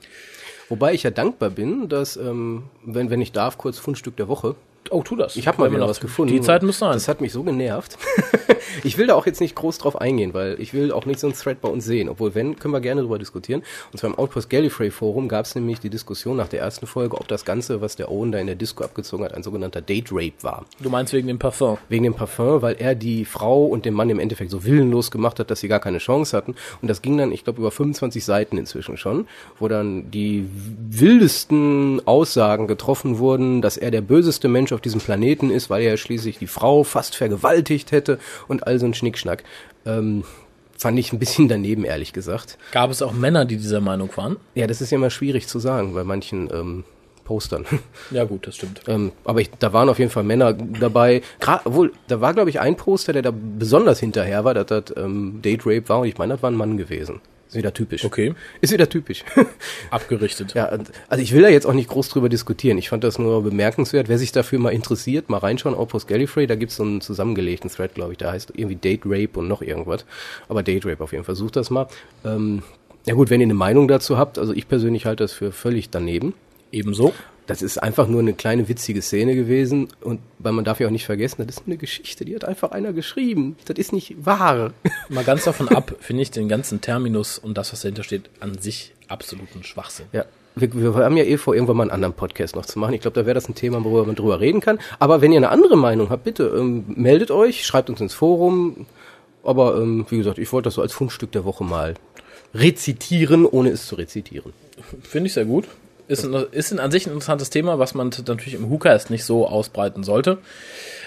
Speaker 5: Wobei ich ja dankbar bin, dass, ähm, wenn, wenn ich darf, kurz Fundstück der Woche.
Speaker 4: Oh, tu das.
Speaker 5: Ich habe mal
Speaker 4: Wenn wir
Speaker 5: wieder
Speaker 4: noch-
Speaker 5: was gefunden.
Speaker 4: Die Zeit muss sein.
Speaker 5: Das hat mich so genervt. ich will da auch jetzt nicht groß drauf eingehen, weil ich will auch nicht so einen Thread bei uns sehen. Obwohl, wenn, können wir gerne drüber diskutieren. Und zwar im Outpost Gallifrey Forum gab es nämlich die Diskussion nach der ersten Folge, ob das Ganze, was der Owen da in der Disco abgezogen hat, ein sogenannter Date Rape war.
Speaker 4: du meinst wegen dem Parfum.
Speaker 5: Wegen dem Parfum, weil er die Frau und den Mann im Endeffekt so willenlos gemacht hat, dass sie gar keine Chance hatten. Und das ging dann, ich glaube, über 25 Seiten inzwischen schon, wo dann die wildesten Aussagen getroffen wurden, dass er der böseste Mensch auf diesem Planeten ist, weil er ja schließlich die Frau fast vergewaltigt hätte und all so ein Schnickschnack. Ähm, fand ich ein bisschen daneben, ehrlich gesagt.
Speaker 4: Gab es auch Männer, die dieser Meinung waren?
Speaker 5: Ja, das ist ja immer schwierig zu sagen bei manchen ähm, Postern.
Speaker 4: Ja gut, das stimmt.
Speaker 5: Ähm, aber ich, da waren auf jeden Fall Männer dabei. Gra wohl, da war, glaube ich, ein Poster, der da besonders hinterher war, dass das ähm, Date Rape war. Und ich meine, das war ein Mann gewesen. Ist wieder typisch.
Speaker 4: Okay.
Speaker 5: Ist wieder typisch.
Speaker 4: Abgerichtet.
Speaker 5: ja, und- also ich will da jetzt auch nicht groß drüber diskutieren. Ich fand das nur bemerkenswert. Wer sich dafür mal interessiert, mal reinschauen, Outpost Gallifrey, da gibt's so einen zusammengelegten Thread, glaube ich. Da heißt irgendwie Date Rape und noch irgendwas. Aber Date Rape auf jeden Fall. Sucht das mal. Ähm, ja gut, wenn ihr eine Meinung dazu habt, also ich persönlich halte das für völlig daneben.
Speaker 4: Ebenso.
Speaker 5: Das ist einfach nur eine kleine witzige Szene gewesen und weil man darf ja auch nicht vergessen, das ist nur eine Geschichte, die hat einfach einer geschrieben. Das ist nicht wahr.
Speaker 4: Mal ganz davon ab, finde ich den ganzen Terminus und das, was dahinter steht, an sich absoluten Schwachsinn.
Speaker 5: Ja, wir, wir haben ja eh vor, irgendwann mal einen anderen Podcast noch zu machen. Ich glaube, da wäre das ein Thema, worüber man drüber reden kann. Aber wenn ihr eine andere Meinung habt, bitte ähm, meldet euch, schreibt uns ins Forum. Aber ähm, wie gesagt, ich wollte das so als Fundstück der Woche mal rezitieren, ohne es zu rezitieren.
Speaker 4: Finde ich sehr gut. Ist, ein, ist ein, an sich ein interessantes Thema, was man t- natürlich im Hookast nicht so ausbreiten sollte.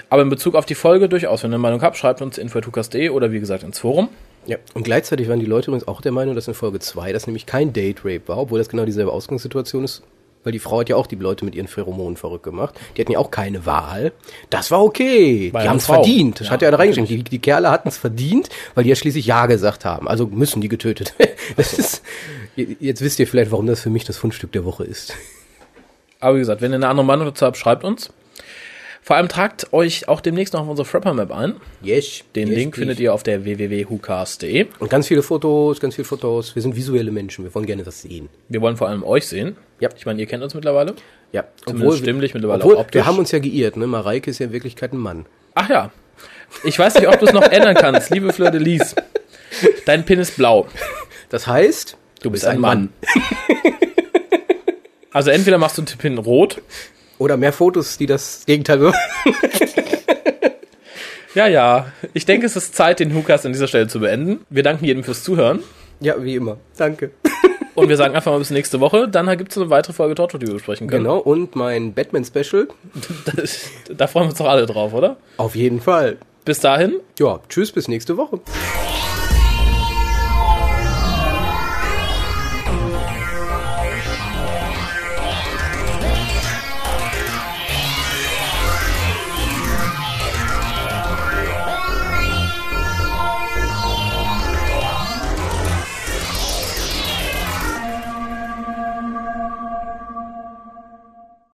Speaker 4: Aber in Bezug auf die Folge durchaus, wenn ihr eine Meinung habt, schreibt uns info.hookast.de oder wie gesagt ins Forum.
Speaker 5: Ja, und gleichzeitig waren die Leute übrigens auch der Meinung, dass in Folge 2 das nämlich kein Date Rape war, obwohl das genau dieselbe Ausgangssituation ist. Weil die Frau hat ja auch die Leute mit ihren Pheromonen verrückt gemacht. Die hatten ja auch keine Wahl. Das war okay.
Speaker 4: Bei
Speaker 5: die
Speaker 4: einer
Speaker 5: haben es
Speaker 4: Frau.
Speaker 5: verdient. Das
Speaker 4: Ja,
Speaker 5: hat ja einer reingeschrieben. Die, die Kerle hatten es verdient, weil die ja schließlich Ja gesagt haben. Also müssen die getötet. werden. Das ist, jetzt wisst ihr vielleicht, warum das für mich das Fundstück der Woche ist.
Speaker 4: Aber wie gesagt, wenn ihr eine andere Meinung dazu habt, schreibt uns. Vor allem tragt euch auch demnächst noch auf unsere Frapper Map ein.
Speaker 5: Yes.
Speaker 4: Den Link findet ihr auf der www.hookast.de.
Speaker 5: Und ganz viele Fotos, ganz viele Fotos. Wir sind visuelle Menschen. Wir wollen gerne was sehen.
Speaker 4: Wir wollen vor allem euch sehen.
Speaker 5: Ja.
Speaker 4: Ich meine, ihr kennt uns mittlerweile.
Speaker 5: Ja,
Speaker 4: Zumindest stimmlich, mittlerweile
Speaker 5: obwohl,
Speaker 4: auch optisch.
Speaker 5: Wir haben uns ja geirrt, ne? Mareike ist ja in Wirklichkeit ein Mann.
Speaker 4: Ach ja. Ich weiß nicht, ob du es noch ändern kannst, liebe Fleur de Lis. Dein Pin ist blau.
Speaker 5: Das heißt,
Speaker 4: Du bist ein Mann. Also entweder machst du den Pin rot.
Speaker 5: Oder mehr Fotos, die das Gegenteil bewirken.
Speaker 4: Ja, ja. Ich denke, es ist Zeit, den Hukas an dieser Stelle zu beenden. Wir danken jedem fürs Zuhören.
Speaker 5: Ja, wie immer. Danke.
Speaker 4: Und wir sagen einfach mal bis nächste Woche. Dann gibt es eine weitere Folge Torture, die wir besprechen können.
Speaker 5: Genau, und mein Batman-Special.
Speaker 4: Das, da freuen wir uns doch alle drauf, oder?
Speaker 5: Auf jeden Fall.
Speaker 4: Bis dahin,
Speaker 5: Ja, tschüss, bis nächste Woche.